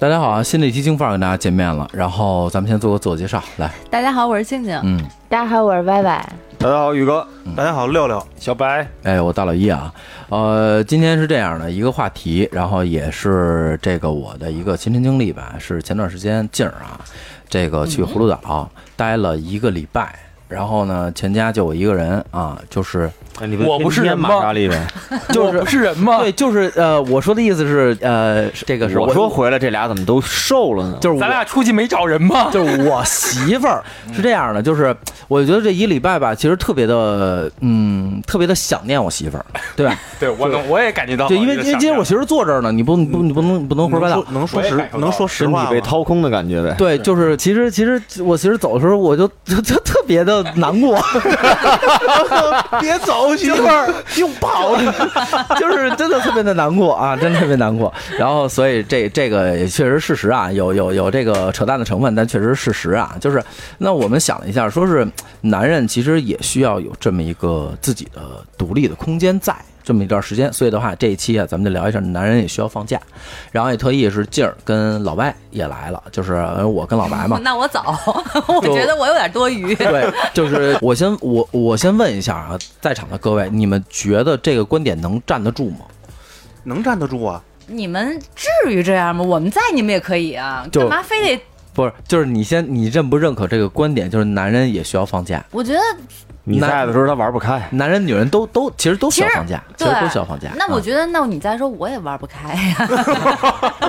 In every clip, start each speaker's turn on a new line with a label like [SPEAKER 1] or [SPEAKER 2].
[SPEAKER 1] 大家好啊！新的一期京范儿跟大家见面了，然后咱们先做个自我介绍，来，
[SPEAKER 2] 大家好，我是静静。
[SPEAKER 1] 嗯，
[SPEAKER 3] 大家好，我是歪歪。
[SPEAKER 4] 大家好，宇哥。嗯大家好，六六。
[SPEAKER 5] 小白，
[SPEAKER 1] 哎，我大老一啊，呃，今天是这样的一个话题，然后也是这个我的一个亲身经历吧，是前段时间静儿啊，这个去葫芦岛待了一个礼拜，然后呢，全家就我一个人啊，就是
[SPEAKER 5] 我不是人吗
[SPEAKER 6] 玛莎莉呗，
[SPEAKER 1] 就是
[SPEAKER 5] 我不是人吗？
[SPEAKER 1] 对，就是呃，我说的意思是呃，是这个是
[SPEAKER 6] 我说回来这俩怎么都瘦了呢？
[SPEAKER 1] 就是我
[SPEAKER 5] 咱俩出去没找人吗？
[SPEAKER 1] 就是我媳妇儿是这样的，就是我觉得这一礼拜吧，其实特别的，嗯，特别的想念我媳妇儿，对 吧？
[SPEAKER 5] 对，我能，我也感觉到
[SPEAKER 1] 就因为因为今天我媳妇儿坐这儿呢，你不你不你不能不能胡说八道。
[SPEAKER 4] 能说
[SPEAKER 5] 我也
[SPEAKER 4] 实
[SPEAKER 5] 感受到
[SPEAKER 4] 能说实
[SPEAKER 6] 身体
[SPEAKER 4] 话
[SPEAKER 6] 被
[SPEAKER 4] 吗？
[SPEAKER 6] 掏空的感觉呗。
[SPEAKER 1] 对，就是其实其实我其实走的时候我就就就特别的难过，
[SPEAKER 4] 别走，媳妇儿，用跑的。
[SPEAKER 1] 就是真的特别的难过啊，真的特别难过。然后所以这这个也确实事实啊，有有有这个扯淡的成分，但确实事实啊，就是那我们想了一下，说是嗯男人其实也需要有这么一个自己的独立的空间在。这么一段时间，所以的话，这一期啊，咱们就聊一下男人也需要放假，然后也特意是静儿跟老白也来了，就是呃我跟老白嘛，
[SPEAKER 2] 那我走，我觉得我有点多余。
[SPEAKER 1] 对，就是我先我我先问一下啊，在场的各位，你们觉得这个观点能站得住吗？
[SPEAKER 4] 能站得住啊？
[SPEAKER 2] 你们至于这样吗？我们在，你们也可以啊，
[SPEAKER 1] 就
[SPEAKER 2] 干嘛非得？
[SPEAKER 1] 不是，就是你先，你认不认可这个观点？就是男人也需要放假，
[SPEAKER 2] 我觉得，
[SPEAKER 6] 你在的时候他玩不开，
[SPEAKER 1] 男人、女人都都其实都需要放假，其
[SPEAKER 2] 对
[SPEAKER 1] 实都需要放假。
[SPEAKER 2] 那
[SPEAKER 1] 得、
[SPEAKER 2] 我觉得，那你再说我也玩不开 呀。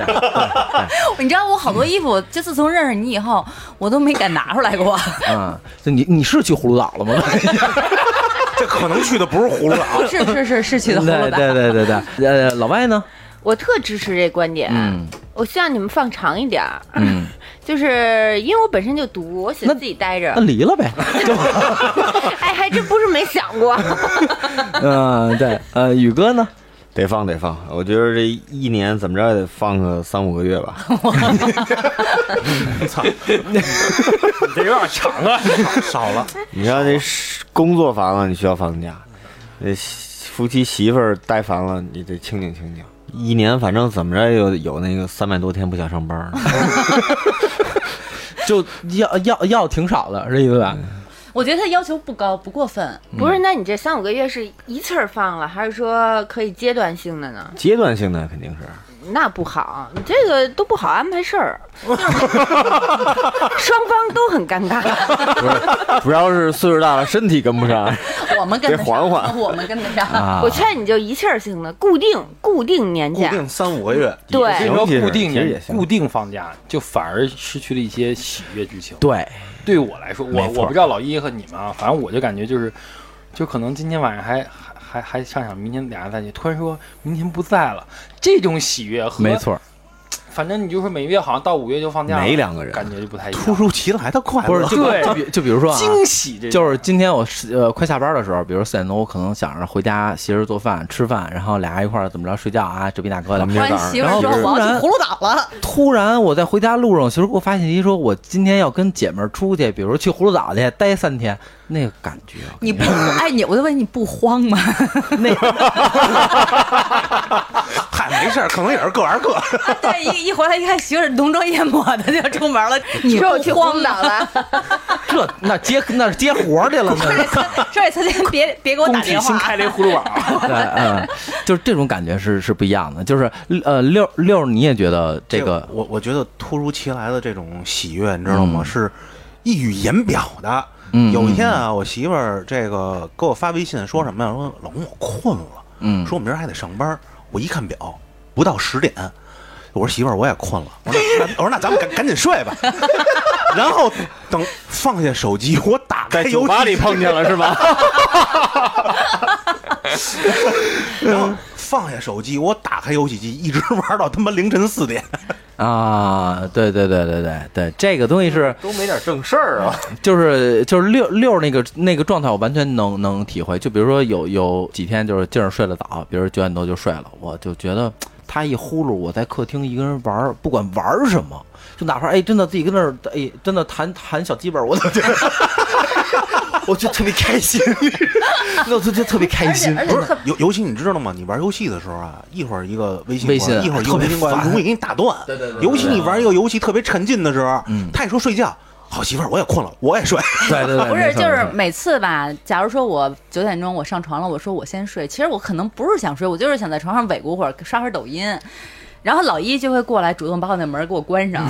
[SPEAKER 2] 你知道我好多衣服，就自从认识你以后，我都没敢拿出来过。
[SPEAKER 1] 啊，就你你是去葫芦岛了吗？
[SPEAKER 4] 这可能去的不是葫芦岛。啊
[SPEAKER 2] 是是是是去的葫芦
[SPEAKER 1] 对
[SPEAKER 2] 岛。
[SPEAKER 1] 对对对对，呃，老外呢？
[SPEAKER 3] 我特支持这观点，
[SPEAKER 1] 嗯
[SPEAKER 3] 我希望你们放长一点儿，
[SPEAKER 1] 嗯，
[SPEAKER 3] 就是因为我本身就读，我喜欢
[SPEAKER 1] 那
[SPEAKER 3] 自己待着
[SPEAKER 1] 那。离了呗。
[SPEAKER 3] 哎，还真不是没想过。
[SPEAKER 1] 嗯、对，呃，宇哥呢？
[SPEAKER 6] 得放得放。我觉得这一年怎么着也得放个三五个月 吧。
[SPEAKER 5] 你这有点长啊。
[SPEAKER 4] 少了，
[SPEAKER 6] 你看这是工作烦了，你需要放假；这夫妻媳妇儿待烦了，你得清静清静。一年反正怎么着也有有那个三百多天不想上班儿，
[SPEAKER 1] 就要要要挺少的，是意思吧？
[SPEAKER 2] 我觉得他要求不高，不过分。
[SPEAKER 3] 不是，那你这三五个月是一气儿放了，还是说可以阶段性的呢？
[SPEAKER 6] 阶段性的肯定是。
[SPEAKER 3] 那不好，你这个都不好安排事 儿，双方都很尴尬。
[SPEAKER 6] 主要是岁数大了，身体跟不上。
[SPEAKER 2] 我们跟得上
[SPEAKER 6] 得缓缓
[SPEAKER 2] 我们跟得上。
[SPEAKER 1] 啊，
[SPEAKER 3] 我劝你就一气儿性的，固定固定年
[SPEAKER 4] 固
[SPEAKER 3] 假，
[SPEAKER 4] 定三五个月。
[SPEAKER 5] 我跟你
[SPEAKER 3] 对，
[SPEAKER 5] 说，
[SPEAKER 6] 其实
[SPEAKER 5] 固定
[SPEAKER 6] 其实也
[SPEAKER 5] 年
[SPEAKER 6] 行
[SPEAKER 5] 固定放假，就反而失去了一些喜悦之情。
[SPEAKER 1] 对，
[SPEAKER 5] 对我来说，我
[SPEAKER 1] 没错
[SPEAKER 5] 我不知道老一和你们啊，反正我就感觉就是，就可能今天晚上还还还还上场，明天俩人在一起，突然说明天不在了，这种喜悦和
[SPEAKER 1] 没，错。
[SPEAKER 5] 反正你就说每月好像到五月就放假了，
[SPEAKER 6] 没两个人
[SPEAKER 5] 感觉就不太一样
[SPEAKER 4] 突如其来的快
[SPEAKER 1] 不
[SPEAKER 4] 乐，
[SPEAKER 1] 是，就
[SPEAKER 5] 对
[SPEAKER 1] 就比就比如说啊，
[SPEAKER 5] 惊喜这种
[SPEAKER 1] 就是今天我是呃快下班的时候，比如四点多，我可能想着回家媳妇儿做饭吃饭，然后俩人一块儿怎么着睡觉啊，这逼那哥的。
[SPEAKER 2] 关媳妇儿说
[SPEAKER 1] 然后突
[SPEAKER 2] 我要
[SPEAKER 1] 然
[SPEAKER 2] 去葫芦岛了，
[SPEAKER 1] 突然我在回家路上，媳妇儿给我发信息说，我今天要跟姐们儿出去，比如去葫芦岛去待三天，那个感觉，啊
[SPEAKER 2] 你不哎你我就问你不慌吗？
[SPEAKER 1] 那
[SPEAKER 4] 嗨，没事儿，可能也是各玩各。
[SPEAKER 2] 对，一一回来一看媳妇儿浓妆艳抹的就出门了， 你
[SPEAKER 3] 说我
[SPEAKER 2] 不
[SPEAKER 3] 去
[SPEAKER 2] 慌
[SPEAKER 3] 荒岛
[SPEAKER 2] 吗？
[SPEAKER 3] 了。
[SPEAKER 1] 这那接那是接活儿去了呢。
[SPEAKER 2] 说也曾经别别给我打
[SPEAKER 5] 工体
[SPEAKER 2] 电
[SPEAKER 5] 新
[SPEAKER 2] 话，
[SPEAKER 5] 开了一葫芦娃，
[SPEAKER 1] 对，嗯，就是这种感觉是是不一样的。就是呃，六六，你也觉得这个
[SPEAKER 4] 我我觉得突如其来的这种喜悦，你知道吗？是溢于言表的。
[SPEAKER 1] 嗯
[SPEAKER 4] 有一天啊，我媳妇儿这个给我发微信说什么呀？说老公，我困了，
[SPEAKER 1] 嗯
[SPEAKER 4] 说我明儿还得上班。我一看表，不到十点。我说媳妇儿，我也困了。我说那那我说那咱们赶赶紧睡吧。 然后等放下手机，我打开
[SPEAKER 6] 在
[SPEAKER 4] 游
[SPEAKER 6] 酒
[SPEAKER 4] 戏
[SPEAKER 6] 吧里碰见了是吧？
[SPEAKER 4] 然后放下手机，我打开游戏机，一直玩到他妈凌晨四点。
[SPEAKER 1] 啊，对对对对对对，这个东西是
[SPEAKER 6] 都没点正事儿啊。
[SPEAKER 1] 就是就是六六那个那个状态，我完全能能体会。就比如说有有几天就是劲儿睡得早，比如九点多就睡了，我就觉得他一呼噜，我在客厅一个人玩儿，不管玩儿什么，就哪怕哎真的自己跟那儿哎真的弹弹小鸡巴儿，我都觉得。
[SPEAKER 6] 我就特别开心，那我就就特别开心。
[SPEAKER 2] 而且
[SPEAKER 4] 不
[SPEAKER 2] 而且
[SPEAKER 4] 是尤尤其你知道吗？你玩游戏的时候啊，一会儿一个微信
[SPEAKER 1] 微
[SPEAKER 4] 过来
[SPEAKER 1] 信
[SPEAKER 4] 一会儿一个
[SPEAKER 6] 特别
[SPEAKER 4] 微信过来，
[SPEAKER 6] 烦
[SPEAKER 4] 容易给你打断。
[SPEAKER 1] 对对对对
[SPEAKER 4] 尤其你玩一个游戏特别沉浸的时候，
[SPEAKER 1] 嗯
[SPEAKER 4] 他一说睡觉，好媳妇儿，我也困了，我也睡。
[SPEAKER 1] 对对对，
[SPEAKER 2] 不
[SPEAKER 1] 没
[SPEAKER 2] 是，
[SPEAKER 1] 错
[SPEAKER 2] 就是
[SPEAKER 1] 没错
[SPEAKER 2] 每次吧，假如说我九点钟我上床了，我说我先睡，其实我可能不是想睡，我就是想在床上尾咕会儿，刷会儿抖音。然后老一就会过来主动把我那门给我关上，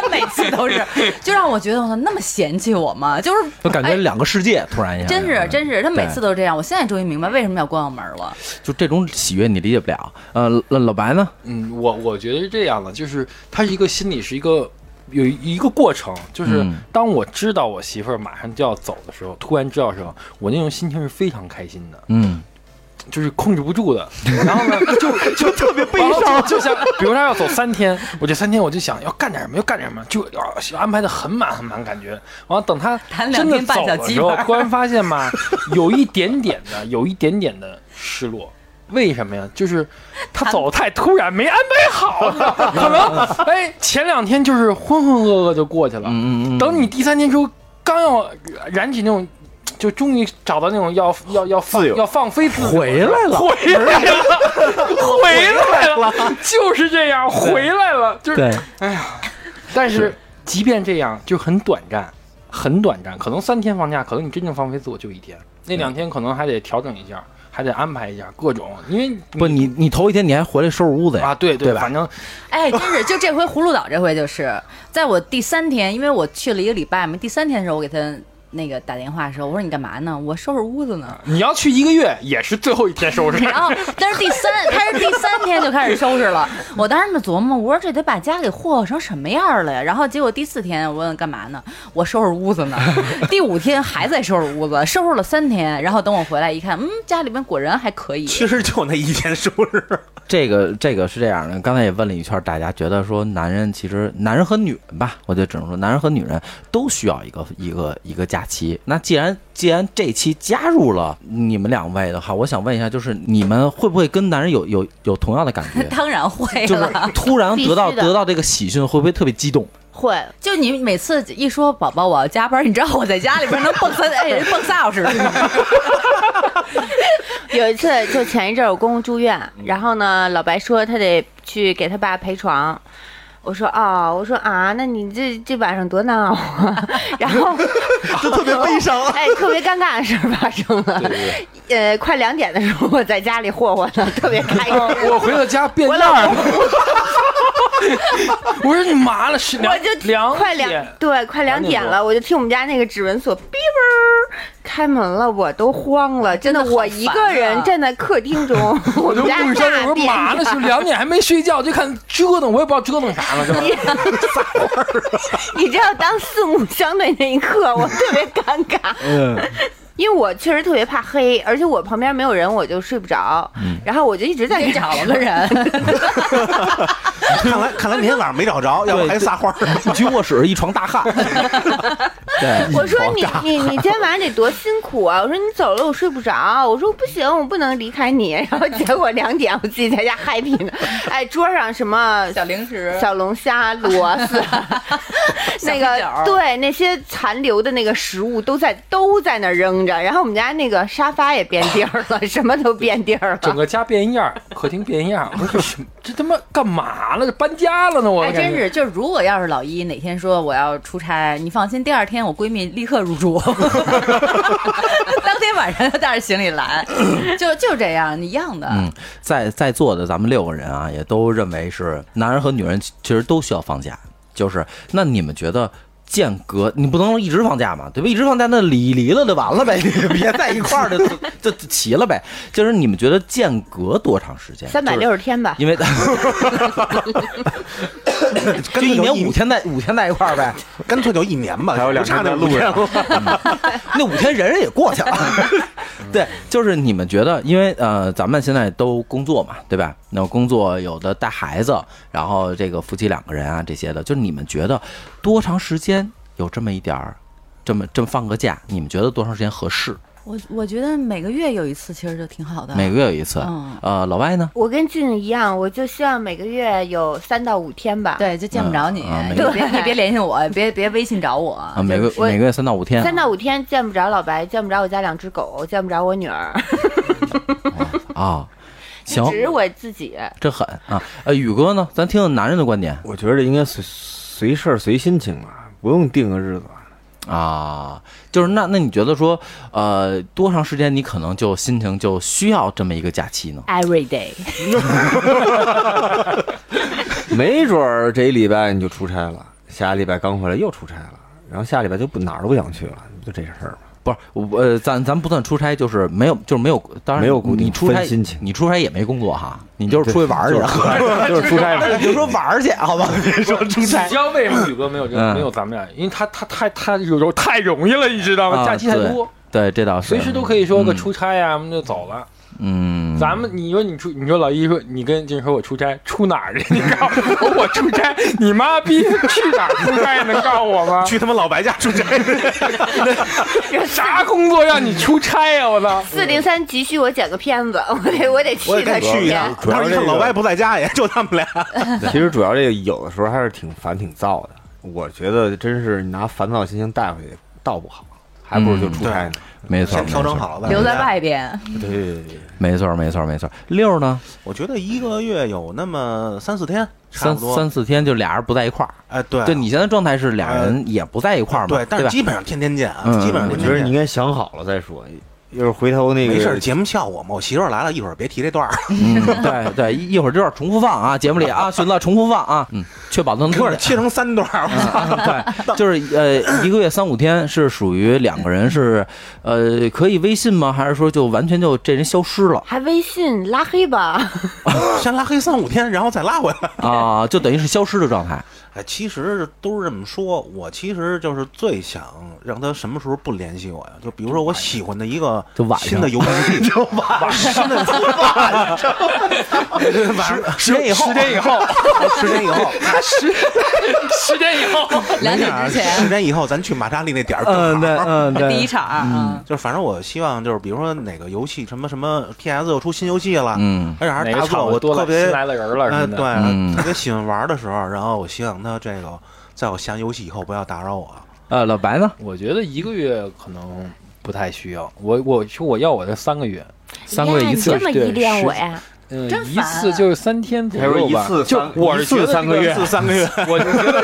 [SPEAKER 2] 他每次都是，就让我觉得我操那么嫌弃我吗？就是
[SPEAKER 1] 就感觉
[SPEAKER 2] 哎
[SPEAKER 1] 两个世界突然一下，
[SPEAKER 2] 真是真是，他每
[SPEAKER 1] 哎对
[SPEAKER 2] 次都是这样。我现在终于明白为什么要关我门了。
[SPEAKER 1] 就这种喜悦你理解不了。呃，老老白呢？
[SPEAKER 5] 嗯，我我觉得是这样的，就是它是一个心理是一个有一个过程，就是
[SPEAKER 1] 嗯
[SPEAKER 5] 当我知道我媳妇儿马上就要走的时候，突然知道的时候，我那种心情是非常开心的，
[SPEAKER 1] 嗯，
[SPEAKER 5] 就是控制不住 的。然后呢，就就 特别悲伤，就像比如她要走三天，我这三天我就想要干点什么，要干点什么，就要安排的很满很满，感觉。完了等她
[SPEAKER 2] 谈两
[SPEAKER 5] 真的
[SPEAKER 2] 天半
[SPEAKER 5] 走
[SPEAKER 2] 小
[SPEAKER 5] 的
[SPEAKER 2] 鸡
[SPEAKER 5] 时候
[SPEAKER 2] 巴，
[SPEAKER 5] 突然发 现吧，有一点点的，有一点点的失落。为什么呀？就是她走得太突然，没安排好， 可能哎前两天就是浑浑噩噩就过去了，
[SPEAKER 1] 嗯嗯嗯
[SPEAKER 5] 等你第三天出，刚要燃起那种，就终于找到那种要要要放
[SPEAKER 6] 自由
[SPEAKER 5] 要放飞自我
[SPEAKER 1] 回来了
[SPEAKER 5] 回来了，回来了，就是这样，回来了，就是
[SPEAKER 1] 对，
[SPEAKER 5] 但是即便这样，就很短暂，很短暂，可能三天放假，可能你真正放飞自我就一天，那两天可能还得调整一下，还得安排一下各种，因为
[SPEAKER 1] 不，你你头一天你还回来收拾屋子呀
[SPEAKER 5] 啊，？对
[SPEAKER 1] 对吧
[SPEAKER 5] 反正
[SPEAKER 2] 哎，真是，就这回葫芦岛这回就是，在我第三天，因为我去了一个礼拜嘛，第三天的时候我给他那个打电话的时候，我说你干嘛呢？我收拾屋子呢。
[SPEAKER 5] 你要去一个月，也是最后一天收拾。
[SPEAKER 2] 然后，但是第三，他是第三天就开始收拾了。我当时就琢磨，我说这得把家给霍霍成什么样了呀？然后结果第四天我问干嘛呢？我收拾 屋子呢。第五天还在收拾屋子，收拾了三天。然后等我回来一看，嗯，家里面果然还可以。？
[SPEAKER 4] 其实就那一天收拾，
[SPEAKER 1] 这个这个是这样的，刚才也问了一圈，大家觉得说男人其实男人和女人吧，我就只能说男人和女人都需要一个一个一个假期。那既然既然这期加入了你们两位的话，我想问一下，就是你们会不会跟男人有有有同样的感 觉
[SPEAKER 2] 当然会
[SPEAKER 1] 就是
[SPEAKER 2] 了。
[SPEAKER 1] 突然得到
[SPEAKER 3] 必须的
[SPEAKER 1] 得到这个喜讯，会不会特别激动？
[SPEAKER 3] 会
[SPEAKER 2] 就你每次一说宝宝我要加班，你知道我在家里边能蹦三 哎蹦仨小时是吗？
[SPEAKER 3] 有一次，就前一阵儿我公公住院，然后呢，老白说他得去给他爸陪床。我说哦，我说啊，那你这这晚上多难熬啊！然后
[SPEAKER 6] 就特别悲伤。
[SPEAKER 3] 哎，特别尴尬的事儿发生了。呃，快两点的时候，我在家里霍霍呢，特别开心。
[SPEAKER 5] 我回到家变样儿 了。我说你麻了，是
[SPEAKER 3] 我
[SPEAKER 5] 凉
[SPEAKER 3] 就
[SPEAKER 5] 凉
[SPEAKER 3] 快两
[SPEAKER 5] 点。
[SPEAKER 3] 对，快两点
[SPEAKER 5] 两点
[SPEAKER 3] 了，我就听我们家那个指纹锁哔啵儿开门了，我都慌了，真的，
[SPEAKER 2] 真的好
[SPEAKER 3] 我一个
[SPEAKER 2] 烦啊
[SPEAKER 3] 人站在客厅中，我
[SPEAKER 5] 我就跟
[SPEAKER 3] 们家
[SPEAKER 5] 你说，我
[SPEAKER 3] 大
[SPEAKER 5] 说
[SPEAKER 3] 便
[SPEAKER 5] 麻了，是两点还没睡觉，就看折腾，我也不知道折腾啥了，是吧？
[SPEAKER 3] 你知道，当四目相对那一刻，我特别尴尬，
[SPEAKER 1] 嗯，
[SPEAKER 3] 因为我确实特别怕黑，而且我旁边没有人，我就睡不着，然后我就一直在
[SPEAKER 2] 你找了个 人，
[SPEAKER 4] 看来看来那天晚上没找着，要不还撒欢 儿。
[SPEAKER 1] 一去卧室一床大 汗。对，
[SPEAKER 3] 我说你你你今天晚上得多辛苦啊！我说你走了我睡不着，我说不行，我不能离开你。然后结果两点我自己在家 happy 呢，哎，桌上什么
[SPEAKER 2] 小零食
[SPEAKER 3] 小龙虾、螺丝，
[SPEAKER 2] 小
[SPEAKER 3] 那
[SPEAKER 2] 啤酒
[SPEAKER 3] 个对那些残留的那个食物都在都在那儿扔着，然后我们家那个沙发也变地儿了，什么都变地儿
[SPEAKER 5] 整
[SPEAKER 3] 了。
[SPEAKER 5] 个家变样儿，客厅变样儿。我说什么这他妈干嘛了？这搬家了呢？我
[SPEAKER 2] 还
[SPEAKER 5] 感
[SPEAKER 2] 真
[SPEAKER 5] 觉
[SPEAKER 2] 是。就是如果要是老一哪天说我要出差，你放心，第二天我闺蜜立刻入住， 当天晚上就带着行李来， 就就这样一样的。
[SPEAKER 1] 嗯，在在座的咱们六个人啊，也都认为是男人和女人其其实都需要放假。就是那你们觉得间隔你不能一直放假嘛，对吧？一直放假那离离了就完了呗，你别在一块儿就 就就齐了呗。就是你们觉得间隔多长时间？
[SPEAKER 3] 三百
[SPEAKER 1] 就是
[SPEAKER 3] 六十天吧，
[SPEAKER 1] 因为就
[SPEAKER 4] 干脆
[SPEAKER 1] 一
[SPEAKER 4] 就
[SPEAKER 1] 年五，天在五天在一块儿呗，
[SPEAKER 4] 干脆就一年吧，
[SPEAKER 6] 还有两
[SPEAKER 4] 不差
[SPEAKER 6] 天在
[SPEAKER 4] 那五
[SPEAKER 6] 路
[SPEAKER 4] 天
[SPEAKER 6] 上
[SPEAKER 4] 了。
[SPEAKER 1] 那五天忍忍也过去了。 对，就是你们觉得，因为呃，咱们现在都工作嘛，对吧？那工作有的带孩子，然后这个夫妻两个人啊，这些的，就是你们觉得多长时间有这么一点儿，这么这么放个假，你们觉得多长时间合适？
[SPEAKER 2] 我我觉得每个月有一次其实就挺好的。
[SPEAKER 1] 每个月有一次。
[SPEAKER 2] 嗯
[SPEAKER 1] 呃，老外呢？
[SPEAKER 3] 我跟俊一样，我就希望每个月有三到五天吧。，
[SPEAKER 2] 对，就见不着你，
[SPEAKER 1] 嗯啊
[SPEAKER 2] 你
[SPEAKER 1] 每个
[SPEAKER 2] 别你别联系我，别别微信找我。
[SPEAKER 1] 啊，每个
[SPEAKER 3] 嗯我
[SPEAKER 1] 每个月三到五天。啊
[SPEAKER 3] 三到五天见不着老白，见不着我家两只狗，见不着我女儿，
[SPEAKER 1] 啊， 行，
[SPEAKER 3] 只是我自己。
[SPEAKER 1] 这狠啊！呃，宇哥呢？咱听听男人的观点
[SPEAKER 6] 我觉得应该随随事儿随心情吧，不用定个日子。
[SPEAKER 1] 啊，就是那那你觉得说，呃，多长时间你可能就心情就需要这么一个假期呢？
[SPEAKER 3] Every day，
[SPEAKER 6] 没准儿这一礼拜你就出差了，下礼拜刚回来又出差了，然后下礼拜就不哪儿都不想去了，不就这事儿吗？
[SPEAKER 1] 不是，我呃，咱咱不算出差，就是没有，就是没有，当然
[SPEAKER 6] 没有固定
[SPEAKER 1] 你出差
[SPEAKER 6] 分心情
[SPEAKER 1] 你出差也没工作哈，你就是 出去玩儿去啊了。
[SPEAKER 6] 就是就是出差 嘛。
[SPEAKER 4] 你就说玩儿去，好吧？你说出
[SPEAKER 5] 你知道为什么宇哥没有这
[SPEAKER 1] 嗯
[SPEAKER 5] 没有咱们俩？因为他他太他有时候太容易了，你知道吗？
[SPEAKER 1] 啊
[SPEAKER 5] 假期太多，
[SPEAKER 1] 对，这倒是
[SPEAKER 5] 随时都可以说个出差呀，我们就走了。
[SPEAKER 1] 嗯，
[SPEAKER 5] 咱们你说你出，你说老一说你跟就是说我出差，出哪儿去？你告诉我，我出差，你妈逼去哪儿出差？能告诉我吗？
[SPEAKER 4] 去他妈老白家出差，
[SPEAKER 5] 啥工作让你出差呀、我操！
[SPEAKER 3] 四零三急需我剪个片子， 我得我得 去
[SPEAKER 4] 我也
[SPEAKER 3] 他
[SPEAKER 4] 该去一趟。
[SPEAKER 6] 主要
[SPEAKER 4] 但是你
[SPEAKER 6] 是这
[SPEAKER 4] 看
[SPEAKER 6] 个
[SPEAKER 4] 老白不在家，也就他们俩。
[SPEAKER 6] 其实主要这个有的时候还是挺烦挺燥的，我觉得真是你拿烦躁心情带回去倒不好，还不如就出差呢。
[SPEAKER 1] 没错，
[SPEAKER 4] 先调整
[SPEAKER 1] 没错，
[SPEAKER 4] 好了，
[SPEAKER 2] 留在。外边，
[SPEAKER 6] 对对对对，
[SPEAKER 1] 没错，没错，没错。六呢，
[SPEAKER 4] 我觉得一个月有那么三四天，差
[SPEAKER 1] 三
[SPEAKER 4] 不多。
[SPEAKER 1] 三四天就俩人不在一块儿，
[SPEAKER 4] 哎，对，
[SPEAKER 1] 就你现在状态是俩人也不在一块儿嘛，
[SPEAKER 4] 对，但是
[SPEAKER 1] 吧？
[SPEAKER 4] 基本上天天见啊，
[SPEAKER 1] 嗯
[SPEAKER 4] 基本上
[SPEAKER 6] 我
[SPEAKER 4] 天
[SPEAKER 6] 觉得
[SPEAKER 4] 天
[SPEAKER 6] 你应
[SPEAKER 4] 见。
[SPEAKER 6] 该想好了再说，要是回头那个
[SPEAKER 4] 没事儿，节目效果嘛，我媳妇儿来了，一会儿别提这段儿，
[SPEAKER 1] 嗯，对对，一一会儿这段重复放啊，节目里啊，寻了重复放啊，嗯，确保能
[SPEAKER 4] 一
[SPEAKER 1] 听
[SPEAKER 4] 会儿
[SPEAKER 1] 见。
[SPEAKER 4] 切成三段儿。我操，
[SPEAKER 1] 对，就是呃，一个月三五天是属于两个人是，呃，可以微信吗？还是说就完全就这人消失了
[SPEAKER 3] 还微信拉黑吧，
[SPEAKER 4] 先拉黑三五天，然后再拉回来。
[SPEAKER 1] 啊、 就等于是消失的状态。
[SPEAKER 4] 哎，其实都是这么说，我其实就是最想让他什么时候不联系我呀？就比如说我喜欢的一个
[SPEAKER 1] 就晚上
[SPEAKER 4] 新的游戏，就晚新的晚上，晚
[SPEAKER 1] 十点以后，
[SPEAKER 5] 十点以后，
[SPEAKER 4] 十点以后，
[SPEAKER 5] 十点以后，
[SPEAKER 2] 两点之
[SPEAKER 4] 十
[SPEAKER 2] 前
[SPEAKER 4] 点以后咱去马扎利那点儿正好，
[SPEAKER 1] 嗯，对，嗯，
[SPEAKER 2] 第一
[SPEAKER 1] 对，
[SPEAKER 2] 场，嗯，
[SPEAKER 4] 就是反正我希望就是比如说哪个游戏什么什么 PS 又出新游戏了，
[SPEAKER 1] 嗯
[SPEAKER 4] 而且还是
[SPEAKER 5] 哪
[SPEAKER 4] 大
[SPEAKER 5] 个
[SPEAKER 4] 作，
[SPEAKER 5] 厂
[SPEAKER 4] 我
[SPEAKER 5] 子多哎
[SPEAKER 4] 特
[SPEAKER 5] 了
[SPEAKER 4] 别
[SPEAKER 5] 新来了人了
[SPEAKER 4] 嗯，
[SPEAKER 5] 什么
[SPEAKER 4] 对，
[SPEAKER 5] 的？
[SPEAKER 1] 嗯
[SPEAKER 4] 特别喜欢玩的时候，然后我希望他这个在我下游戏以后不要打扰我。
[SPEAKER 1] 呃，老白呢？
[SPEAKER 5] 我觉得一个月可能不太需要，我我说我要我这三个月，
[SPEAKER 1] 三个月一
[SPEAKER 3] 呀
[SPEAKER 1] 次
[SPEAKER 3] 你这，么依恋我呀？
[SPEAKER 5] 嗯、
[SPEAKER 2] 真
[SPEAKER 5] 一
[SPEAKER 2] 烦
[SPEAKER 5] 次就是三天左
[SPEAKER 6] 还有
[SPEAKER 5] 右
[SPEAKER 6] 一
[SPEAKER 5] 吧，
[SPEAKER 6] 次
[SPEAKER 5] 就我是觉得
[SPEAKER 6] 三个月，
[SPEAKER 4] 三 个月，
[SPEAKER 5] 我就觉得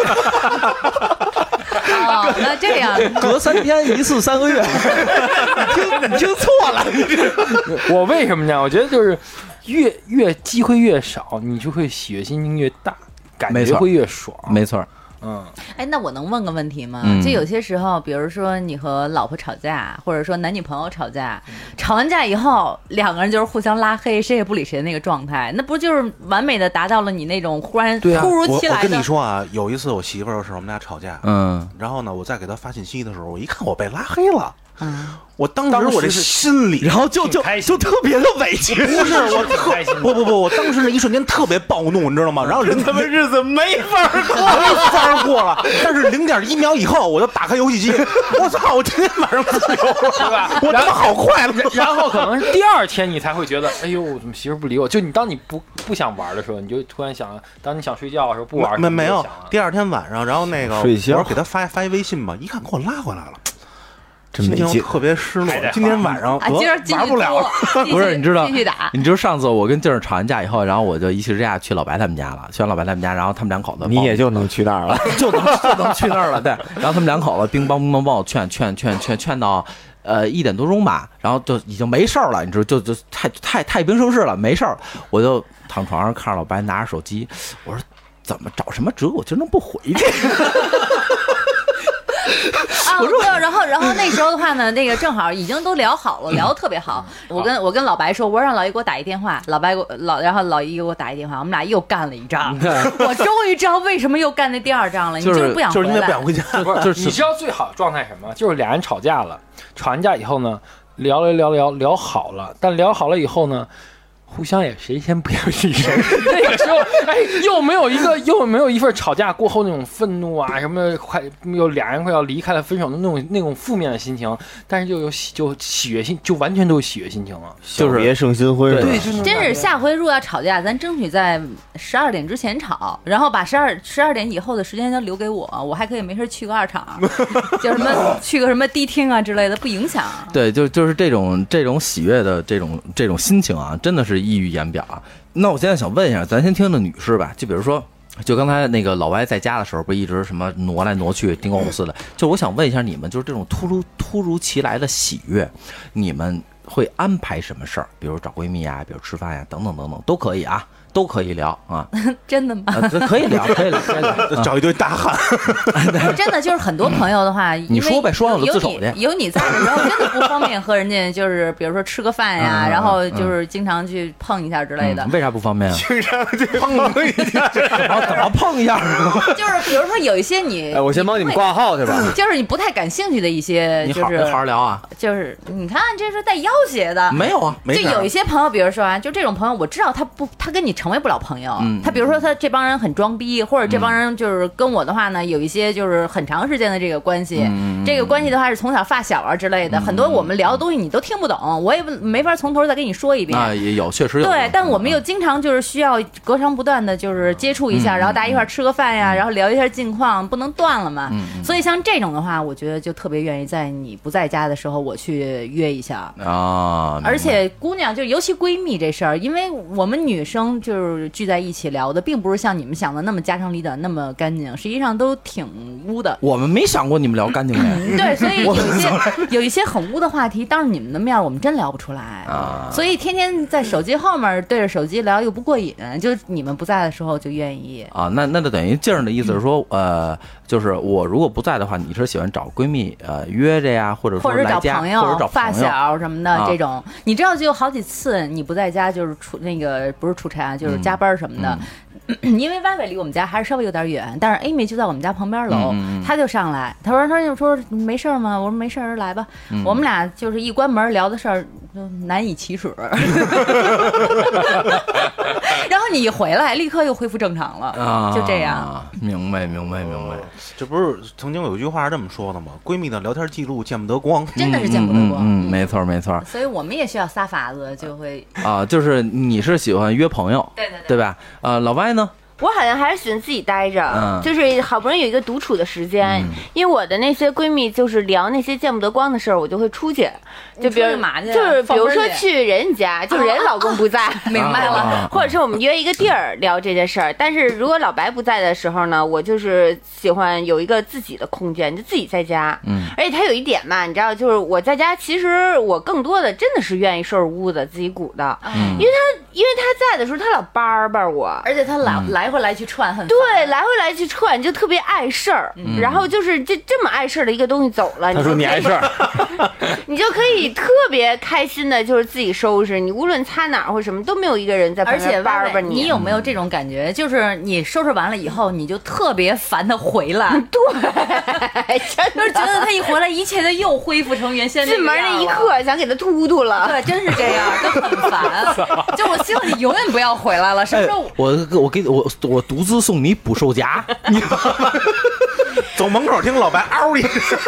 [SPEAKER 2] 哦，那这样，
[SPEAKER 1] 隔三天一次，三 个月。
[SPEAKER 4] 你听错了，
[SPEAKER 5] 我为什么呢？我觉得就是越越机会越少，你就会喜悦心情越大，感
[SPEAKER 1] 没
[SPEAKER 5] 觉
[SPEAKER 1] 错
[SPEAKER 5] 会越爽。
[SPEAKER 1] 没错，
[SPEAKER 5] 嗯，
[SPEAKER 2] 哎，那我能问个问题吗？
[SPEAKER 1] 嗯
[SPEAKER 2] 就有些时候，比如说你和老婆吵架，或者说男女朋友吵架，吵完架以后，两个人就是互相拉黑，谁也不理谁的那个状态，那不就是完美的达到了你那种忽然突
[SPEAKER 5] 对啊
[SPEAKER 2] 如
[SPEAKER 4] 我
[SPEAKER 2] 其
[SPEAKER 4] 我
[SPEAKER 2] 来
[SPEAKER 4] 跟
[SPEAKER 2] 的
[SPEAKER 4] 你说啊，有一次我媳妇儿是我们俩吵架，
[SPEAKER 1] 嗯，
[SPEAKER 4] 然后呢，我在给她发信息的时候，我一看我被拉黑了，
[SPEAKER 2] 嗯
[SPEAKER 4] 我当时我这
[SPEAKER 5] 当时是
[SPEAKER 4] 心里，
[SPEAKER 1] 然后就就
[SPEAKER 5] 挺开心
[SPEAKER 1] 就特别的委屈，
[SPEAKER 4] 不是我特
[SPEAKER 5] 开心的
[SPEAKER 4] 不不不，我当时那一瞬间特别暴怒，你知道吗？然后人他妈日子没法过，没法过了。但是零点一秒以后，我就打开游戏机，我操！我今天晚上自由了，是吧？我他妈好快乐。
[SPEAKER 5] 然后可能是第二天你才会觉得，哎呦，我怎么媳妇不理我？就你当你不不想玩的时候，你就突然想，当你想睡觉的时候不玩，
[SPEAKER 4] 没没有
[SPEAKER 5] 你就想了，啊
[SPEAKER 4] 第二天晚上，然后那个
[SPEAKER 6] 睡觉
[SPEAKER 4] 我给他发发一微信吧，一看给我拉回来了，
[SPEAKER 6] 真
[SPEAKER 4] 心
[SPEAKER 6] 没
[SPEAKER 4] 情
[SPEAKER 6] 劲。
[SPEAKER 4] 特别失落
[SPEAKER 5] 还得。
[SPEAKER 4] 今天晚上
[SPEAKER 2] 啊，
[SPEAKER 4] 得
[SPEAKER 2] 今儿继续
[SPEAKER 4] 玩不了了，
[SPEAKER 2] 做继续
[SPEAKER 1] 不是，你知道，
[SPEAKER 2] 继续打。啊
[SPEAKER 1] 你知道上次我跟静儿吵完架以后，然后我就一气之下去老白他们家了，去完老白他们家，然后他们两口子帮
[SPEAKER 6] 你也就能去那儿了，
[SPEAKER 1] 就能就能去那儿了，对。然后他们两口子乒乓乒乓帮我劝劝劝劝劝到。呃，一点多钟吧，然后就已经没事儿了，你知道，就就太太太平盛世了，没事儿了。我就躺床上看着老白拿着手机，我说怎么找什么辙，我今儿能不回去？
[SPEAKER 2] 啊，我知道。然后，然后那时候的话呢，那个正好已经都聊好了，聊得特别好。我跟我跟老白说，我说让老姨给我打一电话，老白给我老，然后老姨给我打一电话，我们俩又干了一仗。我终于知道为什么又干那第二仗了，你
[SPEAKER 1] 就是
[SPEAKER 2] 是不想
[SPEAKER 4] 就是因
[SPEAKER 2] 回
[SPEAKER 4] 为不
[SPEAKER 2] 来
[SPEAKER 4] 想。回 家。
[SPEAKER 5] 不是，
[SPEAKER 1] 就是
[SPEAKER 5] 你知道最好的状态是什么？就是俩人吵架了，吵完架以后呢，聊了聊聊聊好了，但聊好了以后呢，互相也谁先不要理谁。 那个时候，哎，又没有一个又没有一份吵架过后那种愤怒啊，什么快有俩人快要离开了分手的那种那种负面的心情，但是又有喜就喜悦心，就完全都是喜悦心情了。
[SPEAKER 1] 就是
[SPEAKER 6] 别胜新婚是吧？
[SPEAKER 5] 对，
[SPEAKER 1] 嗯
[SPEAKER 5] 就那种
[SPEAKER 2] 真
[SPEAKER 5] 感
[SPEAKER 2] 是
[SPEAKER 5] 觉
[SPEAKER 2] 下回如果要吵架，咱争取在十二点之前吵，然后把十二十二点以后的时间都留给我，我还可以没事去个 二场，叫什么去个什么迪厅啊之类的，不影响。
[SPEAKER 1] 对，就就是这种这种喜悦的这种这种心情啊，真的是溢于言表啊。那我现在想问一下，咱先听听女士吧，就比如说，就刚才那个老歪在家的时候，不一直什么挪来挪去、叮咣五四的，就我想问一下你们，就是这种突如突如其来的喜悦，你们会安排什么事儿？比如找闺蜜啊，比如吃饭呀、等等等等，都可以啊，都可以聊啊，
[SPEAKER 2] 真的 吗？
[SPEAKER 1] 啊这可以聊，可以聊，可以 聊。啊
[SPEAKER 4] 找一堆大汉，
[SPEAKER 2] 真的就是很多朋友的话，你
[SPEAKER 1] 说呗说完我就自首去
[SPEAKER 2] 有你有你在的时候，真的不方便和人家就是，比如说吃个饭呀，
[SPEAKER 1] 嗯嗯
[SPEAKER 2] 然后就是经常去碰一下之类的
[SPEAKER 1] 嗯。为啥不方便啊？
[SPEAKER 6] 经常就碰一 下。
[SPEAKER 1] 怎么怎么碰一下？啊
[SPEAKER 2] 就是比如说有一些你，
[SPEAKER 6] 哎，我先帮你们挂号去吧。
[SPEAKER 2] 就是你不太感兴趣的一些，
[SPEAKER 1] 你
[SPEAKER 2] 就
[SPEAKER 1] 好，
[SPEAKER 2] 是
[SPEAKER 1] 好好聊啊。
[SPEAKER 2] 就是你看这是带要挟的，
[SPEAKER 1] 没有啊，没
[SPEAKER 2] 就
[SPEAKER 1] 事儿啊
[SPEAKER 2] 有一些朋友，比如说啊，就这种朋友，我知道他不，他跟你成为不了朋友。
[SPEAKER 1] 嗯
[SPEAKER 2] 他比如说他这帮人很装逼，或者这帮人就是跟我的话呢，有一些就是很长时间的这个关系，
[SPEAKER 1] 嗯
[SPEAKER 2] 这个关系的话是从小发小啊之类的，很多我们聊的东西你都听不懂，我也不没法从头再跟你说一遍。
[SPEAKER 1] 那也有，确实有。
[SPEAKER 2] 对，但
[SPEAKER 1] 嗯
[SPEAKER 2] 我们又经常就是需要隔长不断的就是接触一下，
[SPEAKER 1] 嗯
[SPEAKER 2] 然后大家一块儿吃个饭呀，然后聊一下近况，不能断了
[SPEAKER 1] 嗯
[SPEAKER 2] 嘛。所以像这种的话，我觉得就特别愿意在你不在家的时候，我去约一下。
[SPEAKER 1] 啊，
[SPEAKER 2] 而且姑娘就尤其闺蜜这事儿，因为我们女生就是聚在一起聊的，并不是像你们想的那么家长里短、那么干净，实际上都挺污的。
[SPEAKER 1] 我们没想过你们聊干净面
[SPEAKER 2] 嗯对，所以有一些有一些很污的话题，当着你们的面儿，我们真聊不出来。
[SPEAKER 1] 啊
[SPEAKER 2] 所以天天在手机后面对着手机聊又不过瘾，就是你们不在的时候就愿意。
[SPEAKER 1] 啊，那那就等于静儿的意思是说，
[SPEAKER 2] 嗯
[SPEAKER 1] 呃，就是我如果不在的话，你是喜欢找闺蜜呃约着呀，或者
[SPEAKER 2] 或
[SPEAKER 1] 说
[SPEAKER 2] 者
[SPEAKER 1] 来
[SPEAKER 2] 找
[SPEAKER 1] 家，
[SPEAKER 2] 朋友、
[SPEAKER 1] 或者找
[SPEAKER 2] 发
[SPEAKER 1] 朋友
[SPEAKER 2] 小什么的、
[SPEAKER 1] 啊
[SPEAKER 2] 这种，你知道就有好几次你不在家，就是出那个不是出差啊，就是
[SPEAKER 1] 嗯
[SPEAKER 2] 加班什么的。因为歪歪离我们家还是稍微有点远，但是 Amy 就在我们家旁边楼，
[SPEAKER 1] 嗯嗯嗯
[SPEAKER 2] 她就上来，她说她就说没事儿吗？我说没事儿，来吧。
[SPEAKER 1] 嗯
[SPEAKER 2] 我们俩就是一关门聊的事儿就难以 启齿，然后你一回来，立刻又恢复正常了，
[SPEAKER 1] 啊，
[SPEAKER 2] 就这样。，
[SPEAKER 1] 明白明白明白。
[SPEAKER 4] 这不是曾经有一句话是这么说的吗？闺蜜的聊天记录见不得光。
[SPEAKER 2] 真的是见不得光。
[SPEAKER 1] 嗯，嗯嗯没错没错
[SPEAKER 2] 所以我们也需要撒法子，就会
[SPEAKER 1] 啊，就是你是喜欢约朋友，
[SPEAKER 2] 对对对
[SPEAKER 1] 对吧？呃，老歪呢？
[SPEAKER 3] 我好像还是喜欢自己待着，
[SPEAKER 1] 嗯
[SPEAKER 3] 就是好不容易有一个独处的时间。
[SPEAKER 1] 嗯
[SPEAKER 3] 因为我的那些闺蜜就是聊那些见不得光的事儿，我就会出去，就比
[SPEAKER 2] 你出
[SPEAKER 3] 如
[SPEAKER 2] 去嘛去啊
[SPEAKER 3] 就是比如
[SPEAKER 2] 放
[SPEAKER 3] 说
[SPEAKER 2] 风去
[SPEAKER 3] 去人 家，就是人老公不在，
[SPEAKER 2] 明白了。
[SPEAKER 1] 啊
[SPEAKER 3] 或者是我们约一个地儿聊这件事儿。但是如果老白不在的时候呢，我就是喜欢有一个自己的空间，就自己在家。
[SPEAKER 1] 嗯，
[SPEAKER 3] 而且他有一点嘛，你知道，就是我在家，其实我更多的真的是愿意收拾屋子、自己鼓的，因为他因为他在的时候，他老叭叭我。
[SPEAKER 2] 而且他来、来回来去串很烦
[SPEAKER 3] 对，来回来去串，就特别碍事儿。然后就是这这么碍事儿的一个东西走了，
[SPEAKER 6] 嗯他说
[SPEAKER 3] 就
[SPEAKER 6] 你
[SPEAKER 3] 可以
[SPEAKER 6] 碍事儿，
[SPEAKER 3] 你就可以特别开心的，就是自己收拾。你无论擦哪儿或什么，都没有一个人在旁
[SPEAKER 2] 而且
[SPEAKER 3] 边叭
[SPEAKER 2] 歪
[SPEAKER 3] 叭
[SPEAKER 2] 歪，你有没有这种感觉？就是你收拾完了以后，你就特别烦他回 来，
[SPEAKER 3] 对，真
[SPEAKER 2] 就是觉得他一回来，一切都又恢复成原先
[SPEAKER 3] 进 门
[SPEAKER 2] 那
[SPEAKER 3] 那
[SPEAKER 2] 个
[SPEAKER 3] 一
[SPEAKER 2] 样了。
[SPEAKER 3] 刻想给他突突了。
[SPEAKER 2] 对，真是这样，就很烦。就我希望你永远不要回来
[SPEAKER 3] 哎
[SPEAKER 2] 了。什么时候我？
[SPEAKER 1] 我我给我我独自送你捕兽夹，
[SPEAKER 4] 走门口听老白嗷 一声，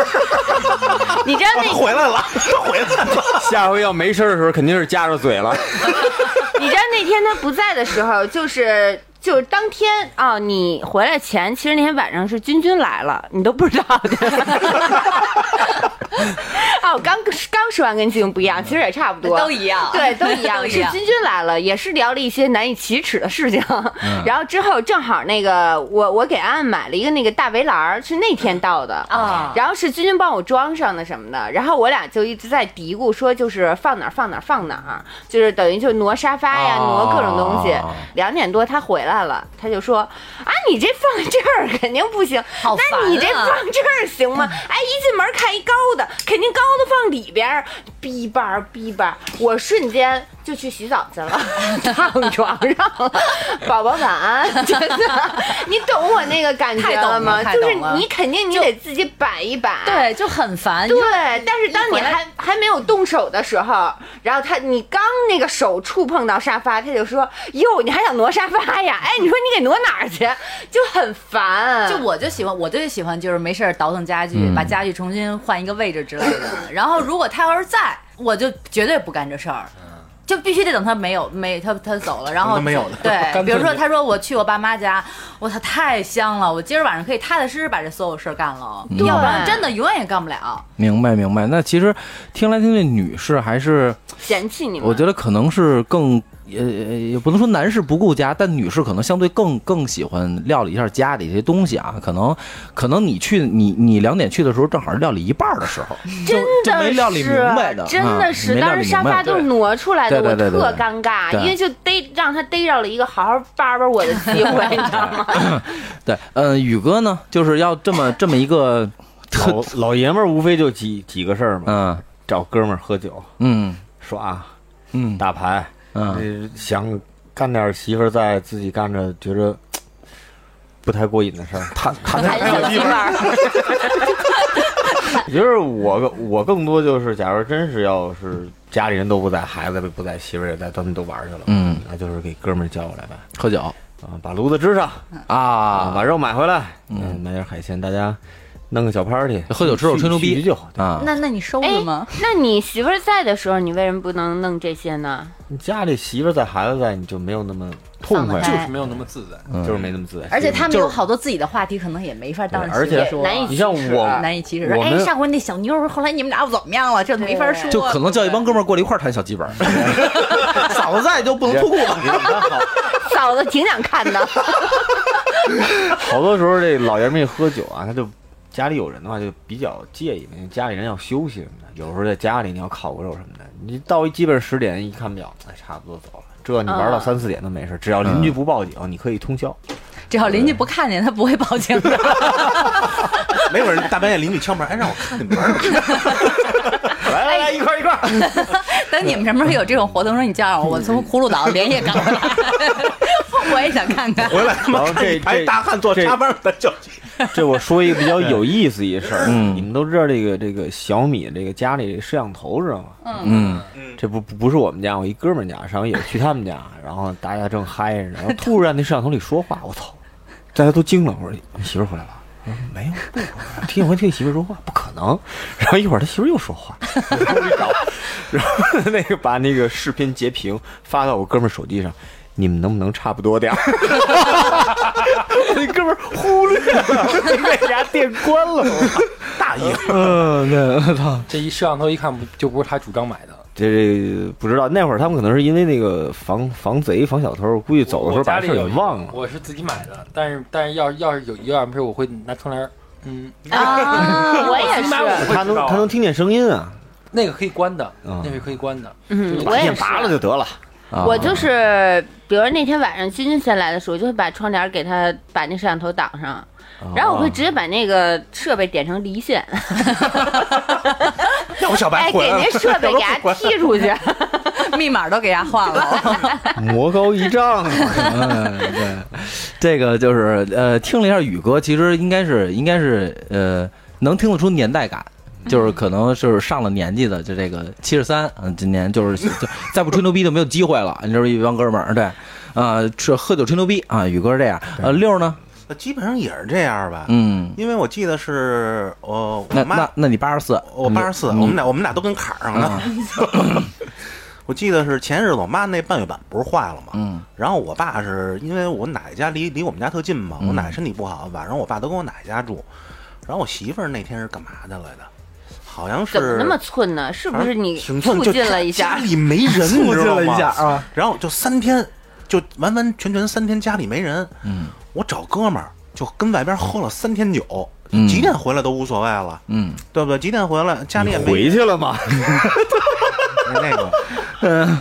[SPEAKER 3] 你知道
[SPEAKER 4] 他回来了，他回来了。
[SPEAKER 6] 下回要没事儿的时候肯定是夹着嘴了。
[SPEAKER 3] 那，你知道那天他不在的时候，就是。就是当天啊、你回来前，其实那天晚上是君君来了，你都 不知道的。啊，我刚刚说完跟君君不一样，其实也差不多，
[SPEAKER 2] 都一样
[SPEAKER 3] 对，都一 样。
[SPEAKER 2] 都一
[SPEAKER 3] 是
[SPEAKER 2] 样
[SPEAKER 3] 君君来了，也是聊了一些难以启齿的事情。 然后之后正好那个我我给安安买了一个那个大围栏儿，是那天到的
[SPEAKER 2] 啊
[SPEAKER 3] 然后是君君帮我装上的什么的，然后我俩就一直在嘀咕说就是放哪儿放哪儿放哪儿，就是等于就挪沙发
[SPEAKER 2] 哎
[SPEAKER 3] 呀，
[SPEAKER 1] 啊
[SPEAKER 3] 挪各种东西
[SPEAKER 1] 啊啊。
[SPEAKER 2] 哦
[SPEAKER 3] 两点多他回来了，他就说啊你这放这儿肯定不行，
[SPEAKER 2] 好
[SPEAKER 3] 那你这
[SPEAKER 2] 烦啊
[SPEAKER 3] 放这儿行 吗？哎，一进门看一高的，肯定高的放里边儿，逼吧儿逼吧儿，我瞬间。就去洗澡去了， 躺床上，宝宝晚安，真的， 你懂我那个感觉吗？
[SPEAKER 2] 太
[SPEAKER 3] 就
[SPEAKER 2] 懂了
[SPEAKER 3] 是
[SPEAKER 2] 太懂了
[SPEAKER 3] 你肯定你得自己摆一摆，
[SPEAKER 2] 对，就很烦。
[SPEAKER 3] 对
[SPEAKER 2] 因为，
[SPEAKER 3] 但是当你
[SPEAKER 2] 回来
[SPEAKER 3] 还还没有动手的时候，然后他你刚那个手触碰到沙发，他就说：“哟，你还想挪沙发呀？哎，你说你给挪哪儿去？”就很烦。
[SPEAKER 2] 就我就喜欢，我就喜欢就是没事儿倒腾家具，把家具重新换一个位置之类的。然后如果他要是在，我就绝对不干这事儿。就必须得等他没有没他他走了，然后
[SPEAKER 4] 等他没有了
[SPEAKER 2] 对，
[SPEAKER 5] 干脆
[SPEAKER 2] 比如说
[SPEAKER 5] 就
[SPEAKER 2] 他说我去我爸妈家，我操太香了，我今儿晚上可以踏踏实实把这所有事儿干了，要不然真的永远也干不了。
[SPEAKER 1] 明白明白。那其实听来听去，女士还是
[SPEAKER 3] 嫌弃你们，
[SPEAKER 1] 我觉得可能是更呃也不能说男士不顾家，但女士可能相对更更喜欢料理一下家里这些东西啊。可能可能你去你你两点去的时候，正好是料理一半儿的时候，
[SPEAKER 3] 真
[SPEAKER 1] 就
[SPEAKER 3] 的
[SPEAKER 1] 没
[SPEAKER 3] 是
[SPEAKER 1] 料理明白的
[SPEAKER 3] 真的是，
[SPEAKER 1] 嗯没料
[SPEAKER 3] 当
[SPEAKER 1] 理明
[SPEAKER 3] 时沙
[SPEAKER 1] 白
[SPEAKER 3] 发
[SPEAKER 1] 的
[SPEAKER 3] 都是挪出来的，
[SPEAKER 1] 对
[SPEAKER 3] 我
[SPEAKER 1] 对对
[SPEAKER 3] 特
[SPEAKER 1] 对对
[SPEAKER 3] 尴尬，
[SPEAKER 1] 对
[SPEAKER 3] 因为就逮让他逮着了一个好好叭叭我的机会，你知道吗？
[SPEAKER 1] 对，嗯、宇哥呢，就是要这么这么一个，
[SPEAKER 6] 老 老爷们儿无非就几几个事儿嘛，
[SPEAKER 1] 嗯
[SPEAKER 6] 找哥们儿喝酒、
[SPEAKER 1] 嗯
[SPEAKER 6] 耍、
[SPEAKER 1] 嗯
[SPEAKER 6] 打牌，
[SPEAKER 1] 嗯
[SPEAKER 6] 呃想干点媳妇儿在自己干着觉着不太过瘾的事儿。
[SPEAKER 4] 谈谈
[SPEAKER 2] 还
[SPEAKER 4] 恋
[SPEAKER 2] 是
[SPEAKER 4] 爱
[SPEAKER 2] 小媳妇儿，
[SPEAKER 6] 就是我我更多就是，假如真是要是家里人都不在，孩子不在，媳妇儿也在，他们都玩儿去了，
[SPEAKER 1] 嗯，
[SPEAKER 6] 那就是给哥们儿叫过来呗，
[SPEAKER 1] 喝酒
[SPEAKER 6] 啊，把炉子支上，啊，
[SPEAKER 1] 啊，
[SPEAKER 6] 把肉买回来，嗯，买点海鲜，大家弄个小 party，
[SPEAKER 1] 喝酒吃肉吹牛
[SPEAKER 6] 聚一聚
[SPEAKER 1] 逼
[SPEAKER 6] 就好。
[SPEAKER 1] 啊，
[SPEAKER 2] 那那你收
[SPEAKER 3] 哎
[SPEAKER 2] 拾吗？，
[SPEAKER 3] 那你媳妇儿在的时候，你为什么不能弄这些呢？
[SPEAKER 6] 你家里媳妇儿在，孩子在，你就没有那么痛快
[SPEAKER 3] 放得开
[SPEAKER 5] 就是没有那么自在。
[SPEAKER 1] 嗯
[SPEAKER 6] 就是没那么自在。
[SPEAKER 2] 而且他们
[SPEAKER 6] 就是
[SPEAKER 2] 有好多自己的话题，可能也没法当着
[SPEAKER 6] 对而
[SPEAKER 2] 媳妇
[SPEAKER 6] 且
[SPEAKER 2] 说，
[SPEAKER 3] 难以
[SPEAKER 6] 你像我
[SPEAKER 2] 难以启齿。
[SPEAKER 6] 我
[SPEAKER 2] 哎，
[SPEAKER 6] 们
[SPEAKER 2] 上回那小妞儿，后来你们俩怎么样了？这没法说。
[SPEAKER 3] 对
[SPEAKER 1] 就可能叫一帮哥们儿过来一块儿弹小鸡本儿， 嫂子在就不能脱裤子。
[SPEAKER 3] 嫂子挺想看的，
[SPEAKER 6] 好多时候这老爷们一喝酒啊，他就家里有人的话就比较介意，因为家里人要休息什么的。有时候在家里你要烤个肉什么的，你到一基本十点一看表，哎，差不多走了。这你玩到三四点都没事，只要邻居不报警，你可以通宵。
[SPEAKER 2] 只要邻居不看见，他不会报警的。
[SPEAKER 4] 没有人大半夜邻居敲门，哎，让我看你们玩儿。
[SPEAKER 2] 哎
[SPEAKER 6] 来来来，一块儿一块儿。
[SPEAKER 2] 等你们什么时候有这种活动，说你叫上我，我从葫芦岛连夜赶回来， 我也想看看。
[SPEAKER 4] 回来他
[SPEAKER 6] 然
[SPEAKER 4] 妈
[SPEAKER 6] 后
[SPEAKER 4] 看
[SPEAKER 6] 这
[SPEAKER 4] 一排
[SPEAKER 6] 这
[SPEAKER 4] 大汉坐
[SPEAKER 6] 这
[SPEAKER 4] 沙发上在叫，
[SPEAKER 6] 这我说一个比较有意思一事儿，
[SPEAKER 1] 嗯
[SPEAKER 6] 你们都知道这个这个小米这个家里这摄像头知道吗？
[SPEAKER 1] 嗯，
[SPEAKER 6] 这不不不是我们家，我一哥们儿家，上回也去他们 家，然后大家正嗨着呢，然后突然那摄像头里说话，我操！大家都惊了，我说 你媳妇儿回来了。我说没有，不回来了听我听你媳妇儿说话，不可能。 然后一会儿他媳妇儿又说话，然后我一找然后那个把那个视频截屏发到我哥们儿手机上，你们能不能差不多 点儿？那哥们儿忽略 了，被家电关了。
[SPEAKER 4] 大爷，
[SPEAKER 6] 嗯，对，我操。
[SPEAKER 5] 这一摄像头一看不就不是他主张买的，
[SPEAKER 6] 这这不知道，那会儿他们可能是因为那个防防贼、防小偷，估计走的时
[SPEAKER 5] 我
[SPEAKER 6] 候
[SPEAKER 5] 家
[SPEAKER 6] 把
[SPEAKER 5] 里
[SPEAKER 6] 事儿
[SPEAKER 5] 有
[SPEAKER 6] 给忘了。
[SPEAKER 5] 我是自己买的，但是但是要要是有一样事，我会拿窗帘儿，嗯，
[SPEAKER 3] 啊，我也
[SPEAKER 5] 起码我
[SPEAKER 3] 是，
[SPEAKER 5] 会
[SPEAKER 6] 他能
[SPEAKER 5] 知道啊
[SPEAKER 6] 他能听见声音啊，
[SPEAKER 5] 那个可以关的，
[SPEAKER 6] 嗯
[SPEAKER 5] 那个可以关的，
[SPEAKER 3] 嗯，我
[SPEAKER 6] 把
[SPEAKER 3] 也
[SPEAKER 6] 线
[SPEAKER 3] 是。
[SPEAKER 6] 拔了就得了。
[SPEAKER 1] 啊
[SPEAKER 3] 我就是，比如那天晚上君君先来的时候，我就会把窗帘给他把那摄像头挡上，
[SPEAKER 4] 哦
[SPEAKER 3] 然后我会直接把那个设备点成离线，
[SPEAKER 4] 要不小白
[SPEAKER 3] 哎，
[SPEAKER 4] 回
[SPEAKER 3] 给
[SPEAKER 4] 来了
[SPEAKER 3] 那，设 备给 他踢出去。
[SPEAKER 2] 密码都给他换了，
[SPEAKER 6] 魔高一丈，啊
[SPEAKER 1] 嗯，对，这个就是呃，听了一下宇哥，其实应该是应该是呃，能听得出年代感。就是可能就是上了年纪的，就这个七十三，嗯，今年就是就再不吹牛逼就没有机会了。你知道一帮哥们儿，对，啊，吃喝酒吹牛逼啊，宇哥是这样，呃，六呢，
[SPEAKER 4] 基本上也是这样吧。
[SPEAKER 1] 嗯，
[SPEAKER 4] 因为我记得是呃我我
[SPEAKER 1] 那
[SPEAKER 4] 妈
[SPEAKER 1] 那那啊你八十四，
[SPEAKER 4] 我八十四，我们俩我们俩都跟坎儿上 了。
[SPEAKER 1] 嗯
[SPEAKER 4] 我记得是前日子我妈那半月板不是坏了吗？
[SPEAKER 1] 嗯
[SPEAKER 4] 然后我爸是因为我奶奶家离离我们家特近嘛，
[SPEAKER 1] 嗯
[SPEAKER 4] 我奶奶身体不好，晚上我爸都跟我奶奶家住。然后我媳妇儿那天是干嘛去来的？好像是
[SPEAKER 3] 怎么那么寸呢？是不是你
[SPEAKER 4] 挺寸
[SPEAKER 3] 促
[SPEAKER 4] 啊就
[SPEAKER 3] 进了一
[SPEAKER 4] 家
[SPEAKER 3] 下？
[SPEAKER 4] 里没 人，
[SPEAKER 1] 促进了一
[SPEAKER 4] 你知
[SPEAKER 1] 下
[SPEAKER 4] 道吗
[SPEAKER 1] 啊。
[SPEAKER 4] 然后就三天，就完完全全三天家里没人。
[SPEAKER 1] 嗯
[SPEAKER 4] 我找哥们儿就跟外边喝了三天酒，
[SPEAKER 1] 嗯
[SPEAKER 4] 几点回来都无所谓了，
[SPEAKER 1] 嗯，
[SPEAKER 4] 对不对？几点回来家里也没人
[SPEAKER 6] 回去了吗？
[SPEAKER 4] 那个， 嗯，哎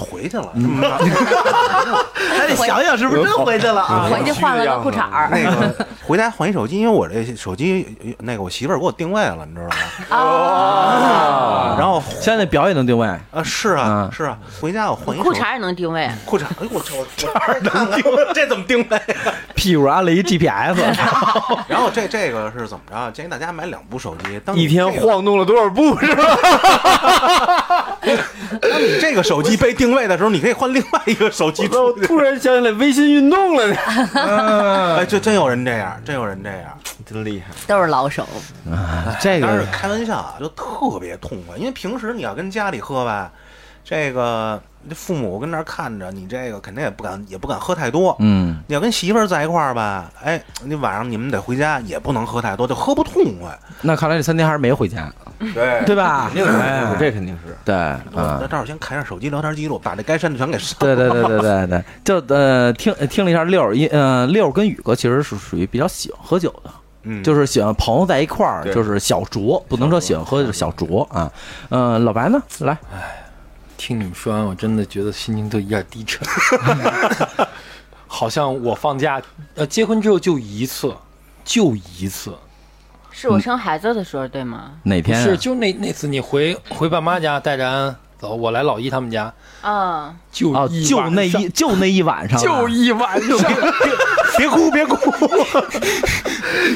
[SPEAKER 4] 回去了。那
[SPEAKER 1] 还得想想是不是真回去了啊啊
[SPEAKER 2] 回去换了个裤�衩儿。
[SPEAKER 4] 个回家换一手机，因为我这手机呃那个我媳妇儿给我定位了，你知道吗？
[SPEAKER 1] 啊
[SPEAKER 4] 然后
[SPEAKER 1] 现在表也能定位，
[SPEAKER 4] 啊，是啊
[SPEAKER 1] 啊
[SPEAKER 4] 是啊，回家我换一手
[SPEAKER 3] 裤衩也能定位，
[SPEAKER 4] 裤衩，哎我操，这儿能定位？这怎么定位？啊
[SPEAKER 1] 屁股安了一 GPS，
[SPEAKER 4] 然后这这个是怎么着？建议大家买两部手机，当你
[SPEAKER 6] 一天
[SPEAKER 4] 这个
[SPEAKER 6] 晃动了多少步是吧？
[SPEAKER 4] 当你这个手机被定位的时候，你可以换另外一个 手机
[SPEAKER 6] 我
[SPEAKER 4] 出去。
[SPEAKER 6] 突然想起来微信运动了呢，
[SPEAKER 4] 哎，这真有人这样，真有人这样。
[SPEAKER 6] 真厉害。
[SPEAKER 2] 都是老
[SPEAKER 1] 啊
[SPEAKER 2] 手，
[SPEAKER 1] 这
[SPEAKER 4] 当
[SPEAKER 1] 个
[SPEAKER 4] 时开玩笑啊，就特别痛快，因为平时你要跟家里喝吧，这个这父母跟那儿看着你，这个肯定也不敢也不敢喝太多。
[SPEAKER 1] 嗯，
[SPEAKER 4] 你要跟媳妇儿在一块儿吧，哎，你晚上你们得回家，也不能喝太多，就喝不痛快。
[SPEAKER 1] 那看来这三天还是没回家，
[SPEAKER 4] 对
[SPEAKER 1] 对吧？哎
[SPEAKER 6] 这肯定是。嗯
[SPEAKER 1] 对
[SPEAKER 4] 我
[SPEAKER 1] 啊
[SPEAKER 4] 那。正好先看一下手机聊天记录，把这该删的全给 删。
[SPEAKER 1] 对对对对对对，就呃听听了一下六儿，因呃六儿跟宇哥其实是属于比较喜欢喝酒的，
[SPEAKER 4] 嗯，
[SPEAKER 1] 就是是喜欢朋友在一块儿，
[SPEAKER 6] 对
[SPEAKER 1] 就是小酌，不能说喜欢喝就是小酌啊。嗯，老白呢？来，
[SPEAKER 5] 听你们说完，我真的觉得心情都有点低 沉，好像我放假，呃，结婚之后就一次，就一次，
[SPEAKER 3] 是我生孩子的时候对吗？
[SPEAKER 1] 哪
[SPEAKER 5] 不
[SPEAKER 1] 天啊？
[SPEAKER 5] 是就那那次你回回爸妈家带着安走，我来老姨他们家，
[SPEAKER 3] 嗯，
[SPEAKER 5] 就
[SPEAKER 1] 哦，
[SPEAKER 5] 一
[SPEAKER 1] 就
[SPEAKER 5] 晚
[SPEAKER 1] 那
[SPEAKER 5] 上
[SPEAKER 1] 一就那一晚上啊，
[SPEAKER 5] 就一晚上，
[SPEAKER 4] 别哭别哭，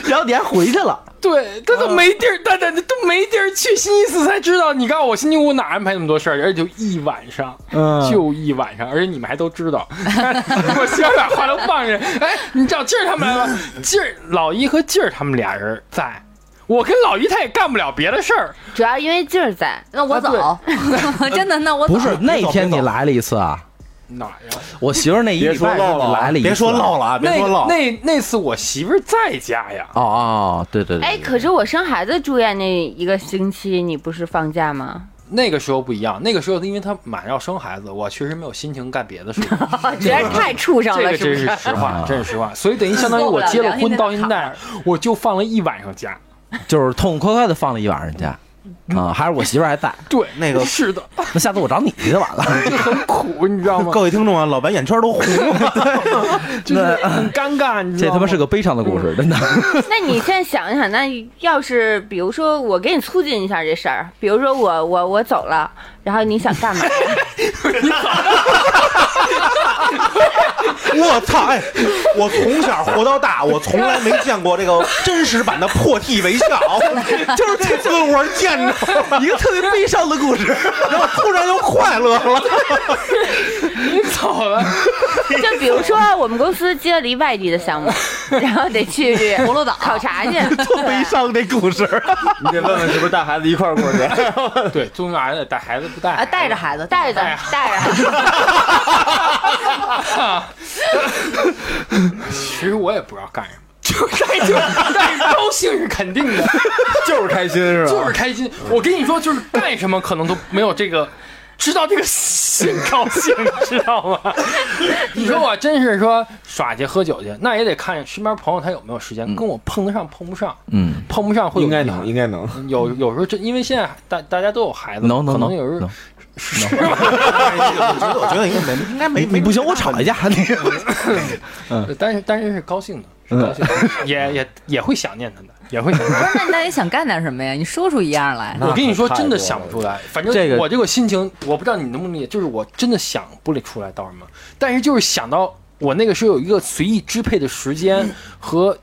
[SPEAKER 1] 然后你还回去了，
[SPEAKER 5] 对他都没地儿，他他都没地儿去。星期四才知道，你告诉我星期五哪安排那么多事儿，而且就一晚上，
[SPEAKER 1] 嗯
[SPEAKER 5] 就一晚上，而且你们还都知道。 我媳妇儿把话都放下，哎，你知道今儿他们来了，今儿老一和劲儿他们俩人在。我跟老一他也干不了别的事儿，
[SPEAKER 3] 主要因为劲儿在，啊
[SPEAKER 2] 那我走， 真的，那我走
[SPEAKER 1] 不是那天你来了一次啊，
[SPEAKER 5] 哪儿呀？
[SPEAKER 1] 我媳妇儿那一
[SPEAKER 6] 别
[SPEAKER 1] 礼
[SPEAKER 6] 说
[SPEAKER 1] 拜
[SPEAKER 6] 漏了啊
[SPEAKER 1] 来了一次，
[SPEAKER 4] 别说唠了啊，别说唠
[SPEAKER 5] 那。那那次我媳妇儿在家呀，
[SPEAKER 1] 哦哦，对对对，
[SPEAKER 3] 哎，可是我生孩子住院那一个星期，你不是放假吗？
[SPEAKER 5] 那个时候不一样，那个时候因为她马上要生孩子，我确实没有心情干别的事情。
[SPEAKER 3] 实在哦太畜生
[SPEAKER 5] 这
[SPEAKER 3] 了，
[SPEAKER 5] 个
[SPEAKER 3] 是不
[SPEAKER 5] 真
[SPEAKER 3] 是
[SPEAKER 5] 是？实
[SPEAKER 1] 啊
[SPEAKER 5] 话，真是实话。所以等于相当于我结了婚到现在，我就放了一晚上假。
[SPEAKER 1] 就是痛痛快快的放了一晚上假，啊，还是我媳妇儿还在，
[SPEAKER 5] 对，
[SPEAKER 4] 那个
[SPEAKER 5] 是的，
[SPEAKER 1] 那下次我找你去就完 了。
[SPEAKER 5] 就很苦，你知道吗
[SPEAKER 4] 各？位听众啊，老白眼圈都红 了。
[SPEAKER 5] 就是很尴尬，你知
[SPEAKER 1] 这他
[SPEAKER 5] 道吗？
[SPEAKER 1] 妈是个悲伤的故
[SPEAKER 5] 嗯
[SPEAKER 1] 事，真的。
[SPEAKER 3] 那你现在想一想，那要是比如说我给你促进一下这事儿，比如说我我我走了，然后你想 干嘛？
[SPEAKER 4] 我操！哎，我从小活到大，我从来没见过这个真实版的破涕 为笑，就是这次我见着一个特别悲伤的故事，然后突然又快乐了。
[SPEAKER 5] 你走了，
[SPEAKER 3] 就比如说我们公司接了一外地的 项目，然后得去葫芦岛考察去，
[SPEAKER 4] 多悲伤这故事，
[SPEAKER 6] 你得问问是不是带孩子一块儿过去？
[SPEAKER 5] 对，中原得带孩子不带
[SPEAKER 2] 啊，带着孩子，
[SPEAKER 3] 带着
[SPEAKER 5] 哎呀
[SPEAKER 3] 带 着，
[SPEAKER 5] 其实我也不知道干什么，就带就带着高兴是肯定的，
[SPEAKER 6] 就是开心是吧？
[SPEAKER 5] 就是开心。我跟你说，就是干什么可能都没有这个。知道这个心高兴， 知道吗？你说我真是说耍去喝酒去，那也得看身边朋友他有没有时间，跟我碰得上碰不上，
[SPEAKER 1] 嗯，
[SPEAKER 5] 碰不上会有
[SPEAKER 6] 应该
[SPEAKER 5] 遗憾
[SPEAKER 6] 能，应该能。
[SPEAKER 5] 有有时候真因为现在大大家都有孩子，
[SPEAKER 1] 能能
[SPEAKER 5] 可能
[SPEAKER 1] 能
[SPEAKER 5] 有时候
[SPEAKER 1] 能
[SPEAKER 5] 是吧？
[SPEAKER 4] 哎我觉得我觉得应该没应该没没
[SPEAKER 1] 哎你不行，我吵一架。你
[SPEAKER 5] 但是但是是高兴的，
[SPEAKER 6] 嗯
[SPEAKER 5] 是高兴的， 也也也会想念他的，也会想念。
[SPEAKER 2] 不 是，那那你想干点什么呀？你说出一样来。
[SPEAKER 6] 那
[SPEAKER 5] 我跟你说，
[SPEAKER 6] 可太
[SPEAKER 5] 真的
[SPEAKER 6] 多
[SPEAKER 5] 想
[SPEAKER 6] 了
[SPEAKER 5] 不出来。反正
[SPEAKER 1] 这个
[SPEAKER 5] 我这个心情，我不知道你能不能理解，就是我真的想不出来到什么。但是就是想到我那个时候有一个随意支配的时间和，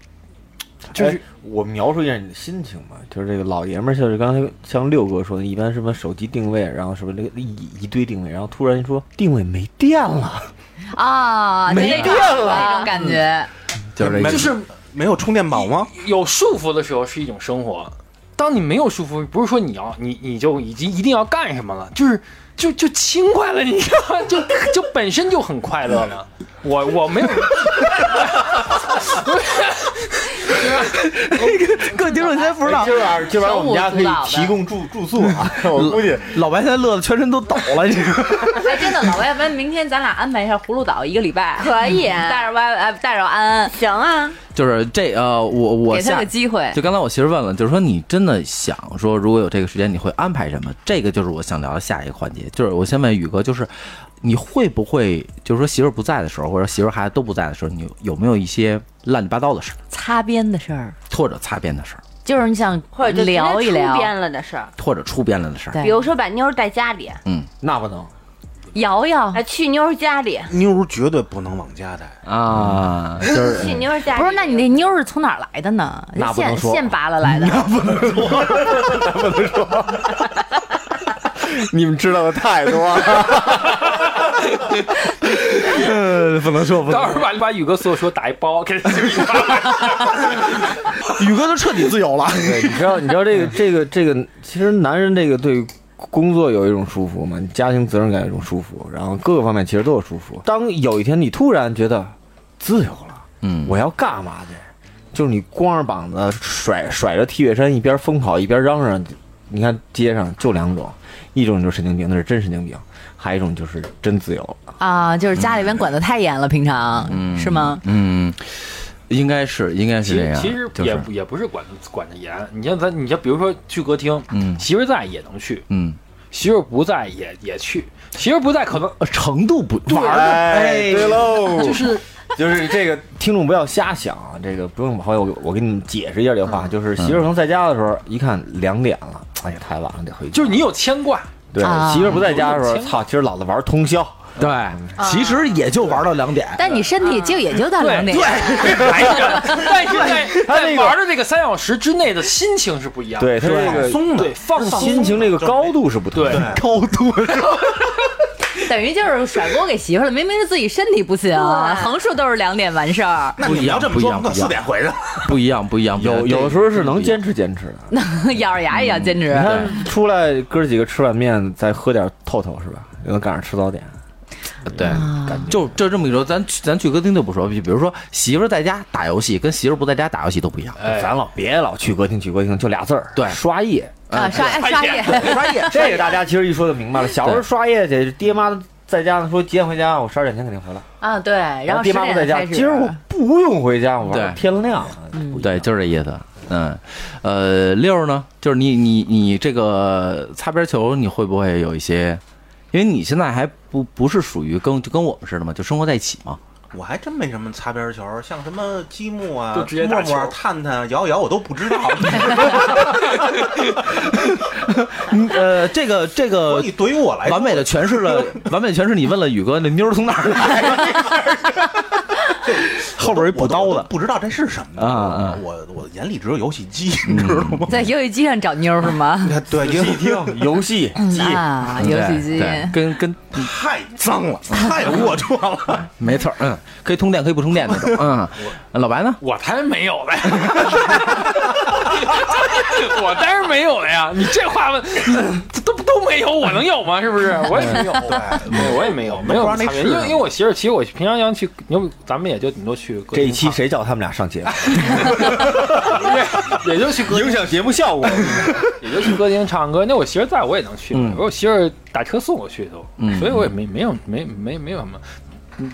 [SPEAKER 5] 就是
[SPEAKER 6] 哎我描述一下你的心情吧，就是这个老爷们儿，就是刚才像六哥说的，一般什么手机定位，然后什么那个一一堆定位，然后突然说定位没电 了，
[SPEAKER 2] 啊，
[SPEAKER 6] 没
[SPEAKER 2] 这种
[SPEAKER 6] 电了
[SPEAKER 2] 那种感觉。
[SPEAKER 1] 就是这
[SPEAKER 4] 没
[SPEAKER 1] 意思
[SPEAKER 5] 就是
[SPEAKER 4] 没有充电宝吗？
[SPEAKER 5] 有束缚的时候是一种生活，当你没有束缚，不是说你要你你就已经一定要干什么了，就是就就轻快了，你知道吗？就就本身就很快乐了。我 我没有，
[SPEAKER 1] 各位听众，你真不知道，
[SPEAKER 6] 今晚今晚我们家可以提供住住宿啊， 我估计
[SPEAKER 1] 老白现在乐的全身都抖了。这个
[SPEAKER 2] 哎，真的，老外，文，明天咱俩安排一下葫芦岛一个礼 拜，
[SPEAKER 3] 可以
[SPEAKER 2] 带着歪歪，带着安安，
[SPEAKER 3] 行啊，
[SPEAKER 1] 就是这呃，我我
[SPEAKER 2] 给他
[SPEAKER 1] 下
[SPEAKER 2] 个机会。
[SPEAKER 1] 就刚才我媳妇问了，就是说你真的想说，如果有这个时间，你会安排什么？这个就是我想聊的下一个环节，就是我先问宇哥，就是你会不会就是说媳妇儿不在的时候，或者媳妇儿孩子都不在的时候，你有有没有一些乱七八糟的事儿，
[SPEAKER 2] 擦边的事儿，
[SPEAKER 1] 或者擦边的事儿，
[SPEAKER 2] 就是你想
[SPEAKER 3] 或者就直接
[SPEAKER 2] 聊一
[SPEAKER 3] 出
[SPEAKER 2] 聊，
[SPEAKER 3] 编了的事儿，
[SPEAKER 1] 或者出边了的事儿？
[SPEAKER 3] 比
[SPEAKER 2] 对，
[SPEAKER 3] 如说把妞儿带家里，
[SPEAKER 6] 那不能，
[SPEAKER 2] 瑶瑶
[SPEAKER 3] 啊，去妞儿家里，
[SPEAKER 4] 妞儿绝对不能往家带。
[SPEAKER 1] 啊，就是
[SPEAKER 3] 去妞儿家里。
[SPEAKER 2] 不是，那你那妞儿是从哪儿来的呢？
[SPEAKER 6] 那不能
[SPEAKER 2] 现
[SPEAKER 6] 说嗯
[SPEAKER 2] 现拔了来的，
[SPEAKER 6] 你们知道的太多了。
[SPEAKER 1] 呃，不能说不
[SPEAKER 5] 到时候把把宇哥所有说打一包给他媳妇儿一包。
[SPEAKER 6] 宇哥都彻底自由了。对，你知道，你知道这个这个这个，其实男人这个对工作有一种束缚嘛，家庭责任感有一种束缚，然后各个方面其实都有束缚。当有一天你突然觉得自由了，
[SPEAKER 1] 嗯
[SPEAKER 6] 我要干嘛去？就是你光着膀子甩甩着 T 恤衫，一边疯跑一边嚷嚷。你看街上就两种，一种就是神经病，那是真神经病；还有一种就是真自由了。
[SPEAKER 2] 啊，就是家里边管得太严了，平常是吗？
[SPEAKER 1] 嗯，应该是应 该是
[SPEAKER 5] 其
[SPEAKER 1] 这
[SPEAKER 5] 实
[SPEAKER 1] 样，
[SPEAKER 5] 其实
[SPEAKER 1] 就
[SPEAKER 5] 也
[SPEAKER 1] 是
[SPEAKER 5] 不也不是管管的严，你像咱你像比如说去歌厅，
[SPEAKER 1] 嗯
[SPEAKER 5] 媳妇儿在也能去，
[SPEAKER 1] 嗯，
[SPEAKER 5] 媳妇儿不在也也去，媳妇儿不在可能
[SPEAKER 1] 呃程度不玩儿的
[SPEAKER 6] 哎，对喽，
[SPEAKER 5] 就是
[SPEAKER 6] 就是这个听众不要瞎想，啊，这个不用好友，我我给你们解释一下这话，就是媳妇儿可能在家的时候，一看两点了，哎呀，太晚了，得回去。
[SPEAKER 5] 就是你有牵挂，
[SPEAKER 6] 对
[SPEAKER 2] 啊
[SPEAKER 6] 媳妇儿不在家的时候，
[SPEAKER 5] 嗯
[SPEAKER 6] 操，今儿老子玩通宵，
[SPEAKER 1] 对，其实也就玩到两点，
[SPEAKER 2] 但你身体就也就到两点，
[SPEAKER 5] 哎 呀但是在
[SPEAKER 6] 他这
[SPEAKER 5] 在
[SPEAKER 6] 个
[SPEAKER 5] 玩的这个三小时之内的心情是不一样
[SPEAKER 6] 对
[SPEAKER 5] 的，
[SPEAKER 6] 他这
[SPEAKER 4] 松了
[SPEAKER 5] 对，放
[SPEAKER 6] 个
[SPEAKER 5] 松
[SPEAKER 6] 心情这个高度是不同的。
[SPEAKER 5] 对
[SPEAKER 1] 高度
[SPEAKER 2] 等于就是甩锅给媳妇儿了，明明是自己身体不行，
[SPEAKER 3] 对
[SPEAKER 2] 横竖都是两点完事儿，
[SPEAKER 4] 嗯那你要这么
[SPEAKER 1] 不一
[SPEAKER 4] 说，
[SPEAKER 1] 样
[SPEAKER 4] 我们
[SPEAKER 1] 不一样
[SPEAKER 4] 四点回去。
[SPEAKER 1] 不一样，不一样，
[SPEAKER 6] 有有的时候是能坚持坚持的。你
[SPEAKER 2] 咬着牙也要坚持。啊
[SPEAKER 6] 看出来哥几个吃碗面，再喝点透透是吧？又能赶上吃早点，
[SPEAKER 1] 持，对，
[SPEAKER 6] 啊
[SPEAKER 1] 就就这么一说，咱去咱去歌厅就不说，比比如说媳妇儿在家打游戏，跟媳妇儿不在家打游戏都不一样，
[SPEAKER 5] 哎
[SPEAKER 6] 咱老别老去歌厅去歌厅，就俩字儿，
[SPEAKER 1] 对
[SPEAKER 6] 刷夜。
[SPEAKER 2] 啊，刷
[SPEAKER 6] 嗯
[SPEAKER 2] 哎刷夜，
[SPEAKER 6] 刷夜，这个大家其实一说就明白了。小时候
[SPEAKER 1] 对
[SPEAKER 6] 刷夜去，爹妈在家呢，说几点回家，我十二点前肯定回来。
[SPEAKER 2] 啊，对，然后
[SPEAKER 6] 爹
[SPEAKER 2] 十
[SPEAKER 6] 妈不
[SPEAKER 2] 点
[SPEAKER 6] 在家，
[SPEAKER 2] 开始
[SPEAKER 6] 今儿我不用回家，我玩到
[SPEAKER 1] 对
[SPEAKER 6] 天亮了。
[SPEAKER 1] 对，就是这意思。嗯，呃，六儿呢，就是你你你这个擦边球，你会不会有一些？因为你现在还不不是属于跟就跟我们似的嘛，就生活在一起嘛。
[SPEAKER 4] 我还真没什么擦边球，像什么积木啊、
[SPEAKER 5] 就直接打
[SPEAKER 4] 陌
[SPEAKER 5] 球
[SPEAKER 4] 陌啊、探探、摇摇，我都不知 道。
[SPEAKER 1] 嗯呃，这个这
[SPEAKER 4] 所
[SPEAKER 1] 个
[SPEAKER 4] 以对于我来说，
[SPEAKER 1] 完美的诠释了，完美地诠释你问了宇哥那妞儿从哪 儿来，后哎边儿一补刀
[SPEAKER 4] 我都
[SPEAKER 1] 的。
[SPEAKER 4] 不知道这是什么
[SPEAKER 1] 啊啊
[SPEAKER 4] 我我眼里只有游戏机，你知道吗？
[SPEAKER 2] 在游戏机上找妞儿是
[SPEAKER 1] 嗯
[SPEAKER 2] 吗？
[SPEAKER 4] 对，游戏机
[SPEAKER 6] 游 戏机，
[SPEAKER 2] 啊，
[SPEAKER 6] 嗯
[SPEAKER 2] 游戏
[SPEAKER 1] 对
[SPEAKER 2] 机。
[SPEAKER 1] 对跟跟
[SPEAKER 4] 太脏了，太龌龊了。
[SPEAKER 1] 没错儿，嗯，可以通电，可以不通电那种， 嗯，老白呢？
[SPEAKER 5] 我才没有嘞， 我当然没有了呀！你这话问，这都都没有，我能有吗？是不是？我也没有，对，我也嗯没有，没有
[SPEAKER 4] 不知道
[SPEAKER 5] 差
[SPEAKER 4] 那
[SPEAKER 5] 别。
[SPEAKER 4] 是
[SPEAKER 5] 因为因为我媳妇儿，其实我平常要去，因为咱们也就顶多去歌
[SPEAKER 6] 这
[SPEAKER 5] 厅
[SPEAKER 6] 一期
[SPEAKER 5] 唱，
[SPEAKER 6] 谁叫他们俩上节目？
[SPEAKER 5] 也就去歌，
[SPEAKER 6] 影响节目效果。
[SPEAKER 5] 也就去歌厅唱歌。那我媳妇儿在，我也能去嘛
[SPEAKER 1] 嗯。
[SPEAKER 5] 我媳妇儿打车送我去都
[SPEAKER 1] 嗯，
[SPEAKER 5] 所以我也没没有没没没有什么。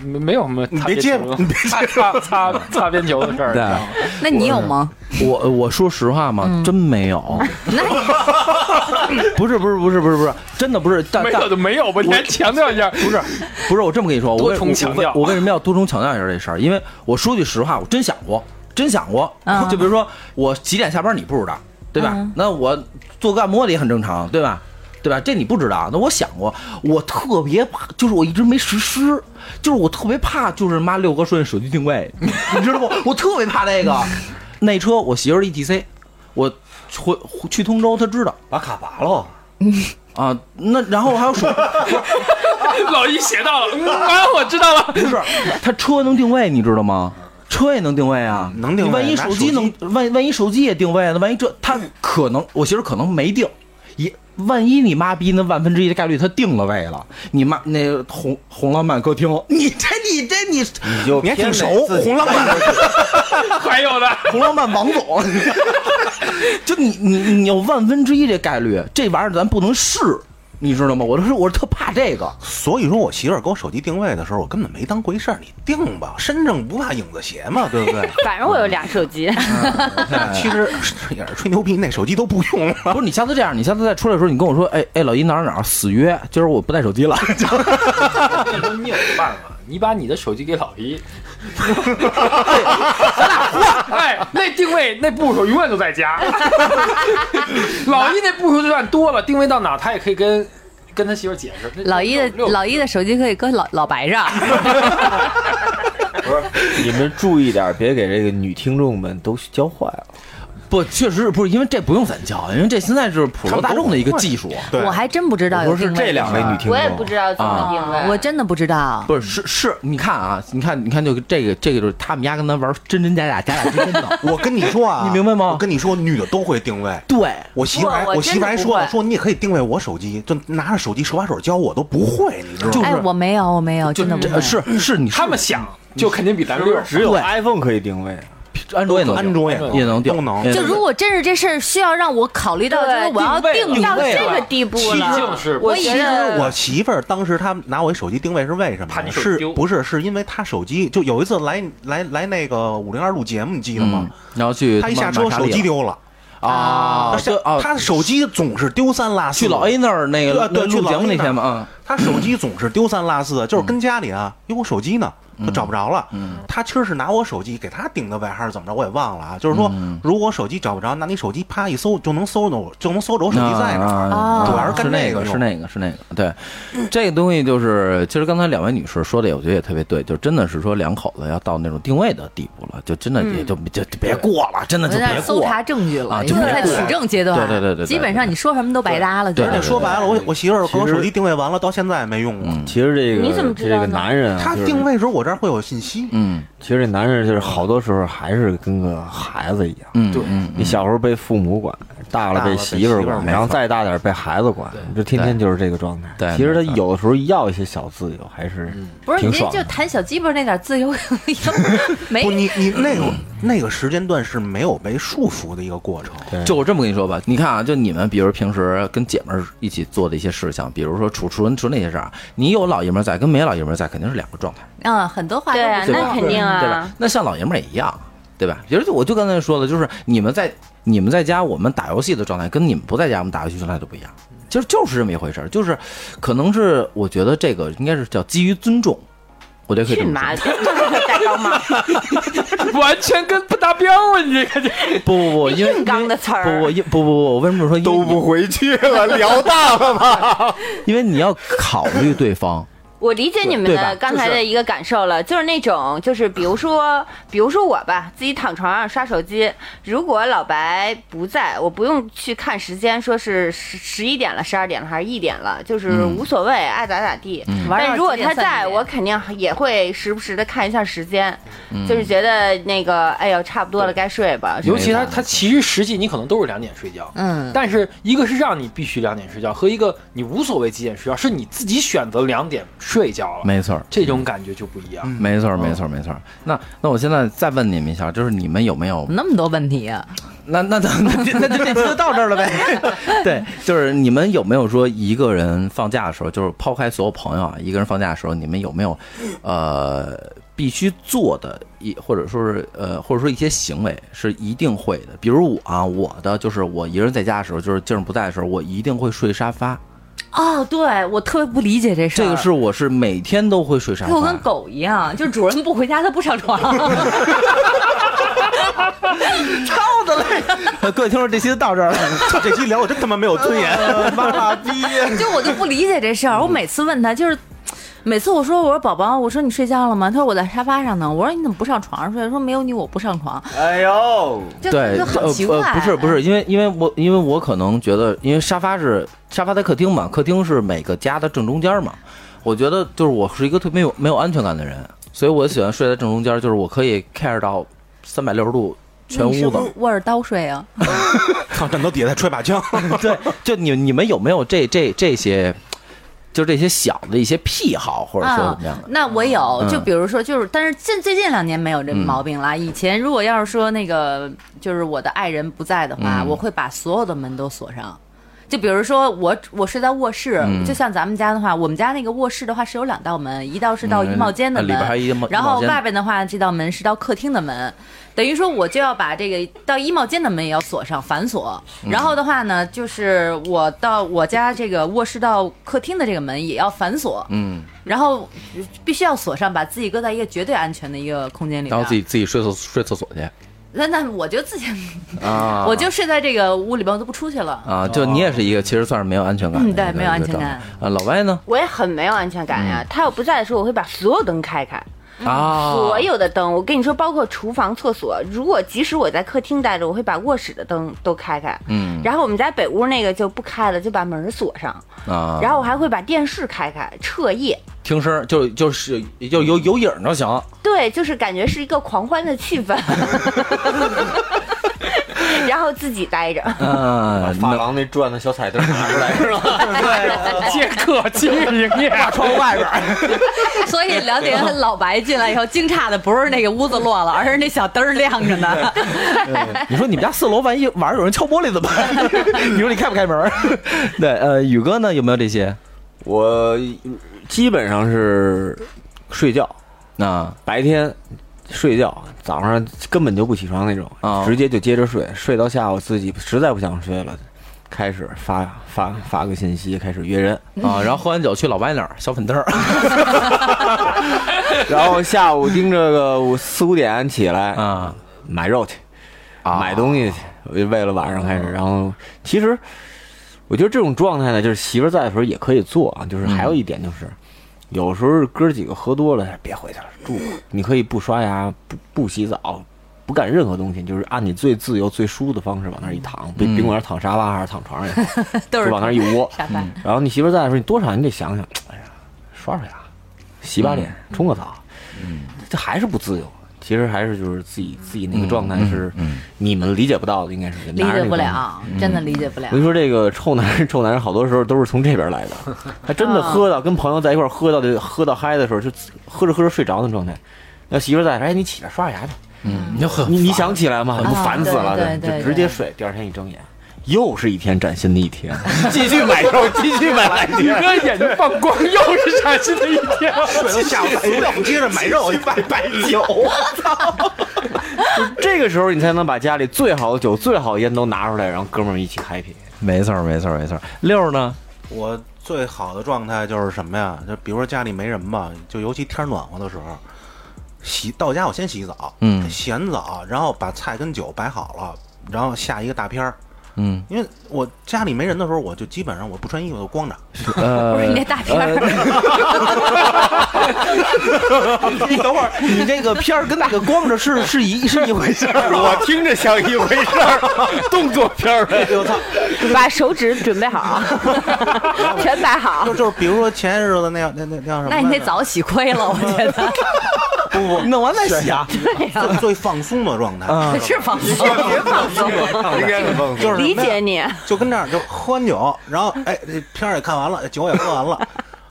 [SPEAKER 5] 没没有什么
[SPEAKER 4] 你
[SPEAKER 5] 擦
[SPEAKER 4] 别接
[SPEAKER 5] 边球
[SPEAKER 4] 吧
[SPEAKER 5] 的，
[SPEAKER 4] 你别
[SPEAKER 5] 擦擦擦擦边球的事儿，你知
[SPEAKER 1] 对
[SPEAKER 5] 道吗？
[SPEAKER 2] 那你有吗？
[SPEAKER 1] 我我说实话嘛，真没有，
[SPEAKER 2] 嗯那
[SPEAKER 1] 不是不是不是不是不是，真的不是，但
[SPEAKER 5] 没
[SPEAKER 1] 但
[SPEAKER 5] 有就没有吧，你还强调一下，不是
[SPEAKER 1] 不是我这么跟你说，我为
[SPEAKER 5] 多重强调
[SPEAKER 1] 我我为什么要多重强调一下这事儿？因为我说句实话，我真想过，真想过
[SPEAKER 2] 嗯。
[SPEAKER 1] 就比如说我几点下班，你不知道，对吧？那我做个按摩的也很正常，对吧？对吧？这你不知道，那我想过，我特别怕，就是我一直没实施，就是我特别怕，就是妈六哥说那手机定位， 你知道不？我特别怕这个。那车我媳妇儿 ETC，我回去通州，她知道
[SPEAKER 6] 把卡拔喽，
[SPEAKER 1] 啊。那然后还有手，
[SPEAKER 5] 老一写到了，嗯，啊，我知道了。
[SPEAKER 1] 不是，他车能定位，你知道吗？车也能定位啊，
[SPEAKER 4] 嗯能定位
[SPEAKER 1] 你万一
[SPEAKER 4] 拿
[SPEAKER 1] 手机
[SPEAKER 4] 手
[SPEAKER 1] 能
[SPEAKER 4] 机，
[SPEAKER 1] 万万一手机也定位呢？万一这他可能，我媳妇儿可能没定，也万一你妈逼那万分之一的概率他定了位了，你妈那红红浪漫歌厅，你这你这你
[SPEAKER 6] 你就
[SPEAKER 4] 你还挺
[SPEAKER 6] 偏得
[SPEAKER 4] 熟，
[SPEAKER 6] 自己
[SPEAKER 4] 红浪漫。
[SPEAKER 5] 还有呢，
[SPEAKER 1] 红浪漫王 总，就你你你有万分之一这概率，这玩意儿咱不能试。你知道吗？我都是我是特怕这 个，
[SPEAKER 4] 所以说我媳妇儿给我手机定位的时候，我根本没当回事儿。你定吧，身正不怕影子斜嘛，对不 对？
[SPEAKER 3] 反正我有俩手机，
[SPEAKER 4] 其实 是也是吹牛逼，那手机都不用 了。
[SPEAKER 1] 不是你下次这样，你下次再出来的时候，你跟我说，哎哎，老姨哪儿哪儿死约，今儿我不带手机了，
[SPEAKER 5] 这时候你有个办法，你把你的手机给老 姨，咱俩换。哎，那定位那步数永远都在家。 老姨那步数就算多了，定位到哪他也可以跟跟他媳妇儿解释。那
[SPEAKER 2] 老一的
[SPEAKER 5] 六
[SPEAKER 2] 老一的手机可以搁老老白上，
[SPEAKER 6] 你们注意点，别给这个女听众们都教坏了。
[SPEAKER 1] 不，确实是不是因为这不用咱教，因为这现在就是普罗大众的一个技术。
[SPEAKER 4] 对。
[SPEAKER 2] 我还真不知道有
[SPEAKER 6] 不
[SPEAKER 2] 定
[SPEAKER 6] 是
[SPEAKER 2] 位
[SPEAKER 6] 这两位女听众，
[SPEAKER 3] 我也不知道怎么定
[SPEAKER 2] 啊
[SPEAKER 3] 位。
[SPEAKER 2] 我真的不知道。
[SPEAKER 1] 不是是是，你看啊，你看你看，就这个这个就是他们家跟咱玩真真假假，假假真真的
[SPEAKER 4] 我跟你说啊，
[SPEAKER 1] 你明白吗
[SPEAKER 4] 我跟你说，女的都会定位。
[SPEAKER 1] 对，
[SPEAKER 4] 我媳妇儿还，
[SPEAKER 3] 我我
[SPEAKER 4] 我媳妇儿还
[SPEAKER 3] 真的
[SPEAKER 4] 说
[SPEAKER 3] 不
[SPEAKER 4] 呢，
[SPEAKER 3] 会
[SPEAKER 4] 说你也可以定位我手机，就拿着手机手把手教我，都不会，你知道吗？
[SPEAKER 1] 就是
[SPEAKER 2] 哎，我没有，我没有，
[SPEAKER 1] 就
[SPEAKER 2] 真的不
[SPEAKER 1] 这
[SPEAKER 2] 会。
[SPEAKER 1] 是是你
[SPEAKER 5] 他们想就肯定比咱们溜
[SPEAKER 6] 是。只有
[SPEAKER 1] 对
[SPEAKER 6] iPhone 可以定位，
[SPEAKER 1] 安卓也能
[SPEAKER 4] 安
[SPEAKER 1] 定
[SPEAKER 4] 卓也
[SPEAKER 1] 也能定
[SPEAKER 4] 都能
[SPEAKER 1] 也
[SPEAKER 2] 就如果真是这事儿需要让我考虑到，就是
[SPEAKER 3] 对
[SPEAKER 2] 我要
[SPEAKER 5] 定位
[SPEAKER 2] 定
[SPEAKER 3] 到
[SPEAKER 2] 到
[SPEAKER 3] 这个地步了，
[SPEAKER 5] 毕竟是
[SPEAKER 3] 我觉得
[SPEAKER 4] 我媳妇儿当时她拿我手机定位是为什么
[SPEAKER 5] 怕你
[SPEAKER 4] 呢？
[SPEAKER 5] 手机
[SPEAKER 4] 是
[SPEAKER 5] 丢
[SPEAKER 4] 不是是因为她手机就有一次来来来那个五零二录节目，你记得吗
[SPEAKER 1] 嗯？，然后去
[SPEAKER 4] 她一
[SPEAKER 1] 玛
[SPEAKER 4] 下
[SPEAKER 1] 莎
[SPEAKER 4] 车
[SPEAKER 1] 丽
[SPEAKER 4] 手机丢了，
[SPEAKER 1] 了啊
[SPEAKER 4] 她，
[SPEAKER 1] 就
[SPEAKER 4] 下
[SPEAKER 1] 啊
[SPEAKER 4] 她手机总是丢三落四。
[SPEAKER 1] 去老 A 那儿那个
[SPEAKER 4] 对对
[SPEAKER 1] 录
[SPEAKER 4] 去老
[SPEAKER 1] 节目
[SPEAKER 4] A
[SPEAKER 1] 那
[SPEAKER 4] 那
[SPEAKER 1] 天嘛
[SPEAKER 4] 儿
[SPEAKER 1] 啊，
[SPEAKER 4] 她手机总是丢三落
[SPEAKER 1] 嗯
[SPEAKER 4] 四，就是跟家里啊，因为我手机呢，就找不着了。她其实是拿我手机给她定的位，还是怎么着，我也忘了啊。就是说，
[SPEAKER 1] 嗯
[SPEAKER 4] 如果手机找不着，拿你手机啪一搜，就能搜着我，就能搜着我手机在哪儿。
[SPEAKER 1] 啊
[SPEAKER 4] 主要是干
[SPEAKER 1] 那
[SPEAKER 4] 那个
[SPEAKER 1] 是
[SPEAKER 4] 用
[SPEAKER 1] 那个，是那个。对，这个东西就是，其实刚才两位女士说的，我觉得也特别对，就真的是说两口子要到那种定位的地步了，就真的
[SPEAKER 4] 嗯
[SPEAKER 1] 也就就就别过了，真的
[SPEAKER 2] 我
[SPEAKER 1] 就
[SPEAKER 2] 就在
[SPEAKER 1] 别
[SPEAKER 2] 搜
[SPEAKER 1] 过。
[SPEAKER 2] 查证据
[SPEAKER 1] 啊
[SPEAKER 2] 了，
[SPEAKER 1] 就
[SPEAKER 2] 因
[SPEAKER 1] 别
[SPEAKER 2] 为在
[SPEAKER 1] 过
[SPEAKER 2] 取证阶段，
[SPEAKER 1] 对对对对对
[SPEAKER 2] 基本上你说什么都白搭了，
[SPEAKER 1] 对嗯
[SPEAKER 2] 就
[SPEAKER 4] 而且
[SPEAKER 2] 是
[SPEAKER 4] 说白了，我我媳妇儿给我
[SPEAKER 6] 其实
[SPEAKER 4] 手机定位完了，到现在也没用过。
[SPEAKER 6] 其实这个
[SPEAKER 3] 你怎么知道
[SPEAKER 6] 这个
[SPEAKER 3] 呢
[SPEAKER 6] 男人啊，
[SPEAKER 4] 她
[SPEAKER 6] 就是
[SPEAKER 4] 定位的时候，我这儿会有信息。
[SPEAKER 1] 嗯
[SPEAKER 6] 其实这男人就是好多时候还是跟个孩子一样。
[SPEAKER 1] 嗯，
[SPEAKER 5] 对
[SPEAKER 1] 嗯
[SPEAKER 6] 你小时候被父母管，大了被媳妇
[SPEAKER 4] 大了被媳妇儿
[SPEAKER 6] 儿管，
[SPEAKER 4] 管
[SPEAKER 6] 然后再大点儿被孩子管，这天天就是这个状态。
[SPEAKER 1] 对
[SPEAKER 6] 其实他
[SPEAKER 1] 没错
[SPEAKER 6] 有的时候要一些小自由，还是
[SPEAKER 2] 不是
[SPEAKER 6] 挺
[SPEAKER 2] 你这
[SPEAKER 6] 爽
[SPEAKER 2] 就
[SPEAKER 6] 的。
[SPEAKER 2] 弹小鸡巴那点自由没
[SPEAKER 4] 不，你你那个那个时间段是没有被束缚的一个过程。
[SPEAKER 6] 对
[SPEAKER 1] 就我这么跟你说吧，你看啊，就你们，比如平时跟姐们儿一起做的一些事项，比如说除除除那些事儿啊，你有老爷们儿在，跟没老爷们儿在，肯定是两个状态，
[SPEAKER 2] 嗯，很多话都
[SPEAKER 3] 对啊
[SPEAKER 2] 不
[SPEAKER 1] 对吧？
[SPEAKER 3] 那肯定啊
[SPEAKER 1] 对吧？那像老爷们儿也一样，对吧？其实我就刚才说的，就是你们在你们在家，我们打游戏的状态跟你们不在家，我们打游戏状态都不一样。其实就是这么一回事儿，就是可能是我觉得这个应该是叫基于尊重，我觉得可以
[SPEAKER 3] 去
[SPEAKER 1] 这
[SPEAKER 3] 你
[SPEAKER 1] 么
[SPEAKER 3] 妈
[SPEAKER 1] 说。
[SPEAKER 3] 的，大高帽，
[SPEAKER 5] 完全跟不搭边儿啊！你这个
[SPEAKER 1] 不不不，因为
[SPEAKER 3] 硬刚的词儿
[SPEAKER 1] 不不因不不不，我为什么说因为你
[SPEAKER 6] 回去了，聊大了吧？
[SPEAKER 1] 因为你要考虑对 方，
[SPEAKER 3] 我理解你们
[SPEAKER 1] 对吧
[SPEAKER 3] 的刚才
[SPEAKER 1] 就
[SPEAKER 3] 的
[SPEAKER 1] 是
[SPEAKER 3] 一个感受了，就是那种，就是比 如说，比如说我吧，自己躺床上刷手机，如果老白不在，我不用去看时间，说是十十一点了、十二点了还是一点了，就是
[SPEAKER 1] 嗯
[SPEAKER 3] 无所谓，爱咋咋地。
[SPEAKER 2] 玩到
[SPEAKER 3] 但如果
[SPEAKER 2] 几点
[SPEAKER 3] 他
[SPEAKER 2] 算
[SPEAKER 3] 在，
[SPEAKER 2] 几点
[SPEAKER 3] 我肯定也会时不时的看一下时间，
[SPEAKER 1] 嗯
[SPEAKER 3] 就是觉得那个，哎呦，差不多了，该睡吧。
[SPEAKER 5] 尤其他他其实实际你可能都是两点睡觉，
[SPEAKER 2] 嗯
[SPEAKER 5] 但是一个是让你必须两点睡觉，和一个你无所谓几点睡觉，是你自己选择两点睡觉了，
[SPEAKER 1] 没错儿。
[SPEAKER 5] 这种感觉就不一样。
[SPEAKER 1] 没错儿，没错儿，没错儿。那那我现在再问你们一下，就是你们有没有？
[SPEAKER 2] 那么多问题啊，
[SPEAKER 1] 那那那那那就这期就到这儿了呗。对，就是你们有没有说一个人放假的时候，就是抛开所有朋友啊，一个人放假的时候，你们有没有呃必须做的一或者说是呃或者说一些行为是一定会的？比如我啊，我的就是我一个人在家的时候，就是劲儿不在的时候，我一定会睡沙发。
[SPEAKER 2] 哦，对我特别不理解这事儿，
[SPEAKER 1] 这个是我是每天都会睡沙发。
[SPEAKER 2] 就跟狗一样，就是主人不回家它不上床，
[SPEAKER 1] 呃 各位听众，这期就到这儿了。
[SPEAKER 4] 操 这期聊我真他妈没有尊严，妈逼！
[SPEAKER 2] 就我就不理解这事儿，我
[SPEAKER 1] 嗯
[SPEAKER 2] 每次问他就是。每次我说我说宝宝，我说你睡觉了吗？他说我在沙发上呢。我说你怎么不上床上睡？他说没有你我不上床，
[SPEAKER 6] 哎呦，
[SPEAKER 2] 就
[SPEAKER 1] 对，
[SPEAKER 2] 就很
[SPEAKER 1] 呃
[SPEAKER 2] 奇怪。啊嗯
[SPEAKER 1] 呃。不是不是，因为因为我因为我可能觉得，因为沙发是沙发在客厅嘛，客厅是每个家的正中间嘛。我觉得就是我是一个特别没有没有安全感的人，所以我喜欢睡在正中间，就是我可以 care 到三百六十度全
[SPEAKER 2] 那你是
[SPEAKER 1] 屋
[SPEAKER 2] 不
[SPEAKER 1] 子
[SPEAKER 2] 是。握着刀睡啊？
[SPEAKER 4] 操，枕头底下再吹把枪。
[SPEAKER 1] 对，就你你们有没有这这这些，就这些小的一些癖好，或者说
[SPEAKER 2] 啊
[SPEAKER 1] 怎么样的？
[SPEAKER 2] 那我有，
[SPEAKER 1] 嗯
[SPEAKER 2] 就比如说，就是，但是近最近两年没有这
[SPEAKER 1] 嗯
[SPEAKER 2] 毛病了。以前如果要是说那个，就是我的爱人不在的话，
[SPEAKER 1] 嗯
[SPEAKER 2] 我会把所有的门都锁上，就比如说我我睡在卧室，
[SPEAKER 1] 嗯
[SPEAKER 2] 就像咱们家的话，我们家那个卧室的话是有两道门，一道是到
[SPEAKER 1] 嗯
[SPEAKER 2] 衣帽间的
[SPEAKER 1] 里
[SPEAKER 2] 门，
[SPEAKER 1] 边还有一个帽
[SPEAKER 2] 然
[SPEAKER 1] 帽
[SPEAKER 2] 后
[SPEAKER 1] 间
[SPEAKER 2] 外边的话这道门是到客厅的门。等于说，我就要把这个到衣帽间的门也要锁上，反锁。
[SPEAKER 1] 嗯
[SPEAKER 2] 然后的话呢，就是我到我家这个卧室到客厅的这个门也要反锁，
[SPEAKER 1] 嗯，
[SPEAKER 2] 然后必须要锁上，把自己搁在一个绝对安全的一个空间里边。
[SPEAKER 1] 然后自己自己睡厕睡厕所去
[SPEAKER 2] 那那我就自己，
[SPEAKER 1] 啊
[SPEAKER 2] 我就睡在这个屋里边，我都不出去了。
[SPEAKER 1] 啊，就你也是一个其实算是没有安全感的
[SPEAKER 2] 嗯
[SPEAKER 1] 一个，
[SPEAKER 2] 对没有安全
[SPEAKER 1] 一个状
[SPEAKER 2] 感
[SPEAKER 1] 态啊。老歪呢
[SPEAKER 3] 我也很没有安全感
[SPEAKER 1] 嗯
[SPEAKER 3] 呀、他要不在的时候，我会把所有灯开开，
[SPEAKER 2] 嗯
[SPEAKER 1] 啊，
[SPEAKER 3] 所有的灯。我跟你说，包括厨房、厕所。如果即使我在客厅待着，我会把卧室的灯都开开。
[SPEAKER 1] 嗯
[SPEAKER 3] 然后我们家北屋那个就不开了，就把门锁上。
[SPEAKER 1] 啊，
[SPEAKER 3] 然后我还会把电视开开，彻夜。
[SPEAKER 1] 听声儿就就是就有有影儿就行。
[SPEAKER 3] 对，就是感觉是一个狂欢的气氛。 然后自己待着，
[SPEAKER 1] 啊，
[SPEAKER 6] 发廊呃那转的小彩灯拿出来是吧？
[SPEAKER 5] 接客今日营业，
[SPEAKER 6] 窗外边
[SPEAKER 2] 所以两点老白进来以后，惊诧的不是那个屋子落了，而是那小灯儿亮着呢。
[SPEAKER 1] 你说你们家四楼万一晚上有人敲玻璃怎么办？ 你说你开不开门？对，呃，宇哥呢有没有这些？
[SPEAKER 6] 我基本上是睡觉，
[SPEAKER 1] 啊
[SPEAKER 6] 白天睡觉，早上根本就不起床那种，
[SPEAKER 1] 哦
[SPEAKER 6] 直接就接着睡，睡到下午自己实在不想睡了，开始发发发个信息，开始约人，
[SPEAKER 1] 啊，然后喝完酒去老歪那儿小粉灯儿
[SPEAKER 6] 然后下午盯着个五四五点起来
[SPEAKER 1] 啊，
[SPEAKER 6] 买肉去，
[SPEAKER 1] 啊
[SPEAKER 6] 买东西去，为了晚上开始。然后其实我觉得这种状态呢，就是媳妇儿在的时候也可以做啊。就是还有一点就是，有时候哥几个喝多了，别回去了，住吧。你可以不刷牙，不不洗澡。不干任何东西，就是按你最自由、最舒服的方式往那儿一躺，
[SPEAKER 1] 嗯
[SPEAKER 6] 甭甭管是躺沙发还是躺床上也好，
[SPEAKER 2] 都是
[SPEAKER 6] 就往那儿一窝。
[SPEAKER 2] 下班，
[SPEAKER 6] 然后你媳妇儿在的时候，你多少你得想想，哎呀，刷刷牙，洗把脸，
[SPEAKER 2] 嗯
[SPEAKER 6] 冲个澡，这还是不自由。其实还是就是自己自己那个状态是你们理解不到的，应该是
[SPEAKER 2] 嗯理解不。了，真的理解不了
[SPEAKER 6] 我跟。你说，这个臭男人，臭男人好多时候都是从这边来的， 还真
[SPEAKER 2] 哦
[SPEAKER 6] 的喝到跟朋友在一块儿喝到的喝到嗨的时候，就自喝着喝着睡着的状态。那媳妇儿在，哎，你起来刷牙去，
[SPEAKER 1] 嗯，你就喝
[SPEAKER 6] 你你想起来吗？你不烦死了，
[SPEAKER 2] 对对
[SPEAKER 6] 就
[SPEAKER 2] 对
[SPEAKER 6] 直接睡。第二天一睁眼，又是一天崭新的 一天，继续买肉，继续买来
[SPEAKER 5] 宇哥眼睛放光，又是崭新的一天。
[SPEAKER 4] 睡到 下午四五点，我接着买肉，买白酒。
[SPEAKER 6] 这个时候你才能把家里最好的酒、最好的烟都拿出来，然后哥们儿一起 happy。
[SPEAKER 1] 没错儿没错儿没错儿。六儿呢？
[SPEAKER 4] 我最好的状态就是什么呀？就比如说家里没人吧，就尤其天暖和的时候，洗到家我先洗澡，
[SPEAKER 1] 嗯
[SPEAKER 4] 洗完澡，然后把菜跟酒摆好了，然后下一个大片儿。
[SPEAKER 1] 嗯，
[SPEAKER 4] 因为我家里没人的时候，我就基本上我不穿衣服，我就光着。
[SPEAKER 2] 不是
[SPEAKER 1] 呃
[SPEAKER 2] 你，这大片儿，
[SPEAKER 1] 呃 你等会儿，你这个片儿跟那个光着是是一是一回事儿。啊
[SPEAKER 6] 我听着像一回事儿，动作片儿。
[SPEAKER 1] 哎
[SPEAKER 3] 把手指准备好， 全摆好
[SPEAKER 4] 就。就是比如说前些日子那样那那那样什么来
[SPEAKER 2] 那
[SPEAKER 4] 着，
[SPEAKER 2] 你得早洗亏了，我觉得
[SPEAKER 4] 不不
[SPEAKER 1] 弄完再洗啊！
[SPEAKER 4] 最最放松的状态，
[SPEAKER 1] 啊
[SPEAKER 2] 是放松，放松。
[SPEAKER 6] 应该是
[SPEAKER 4] 就是什么呀
[SPEAKER 3] 理解你，
[SPEAKER 4] 就跟这儿就喝完酒，然后哎，这片儿也看完了，酒也喝 完了，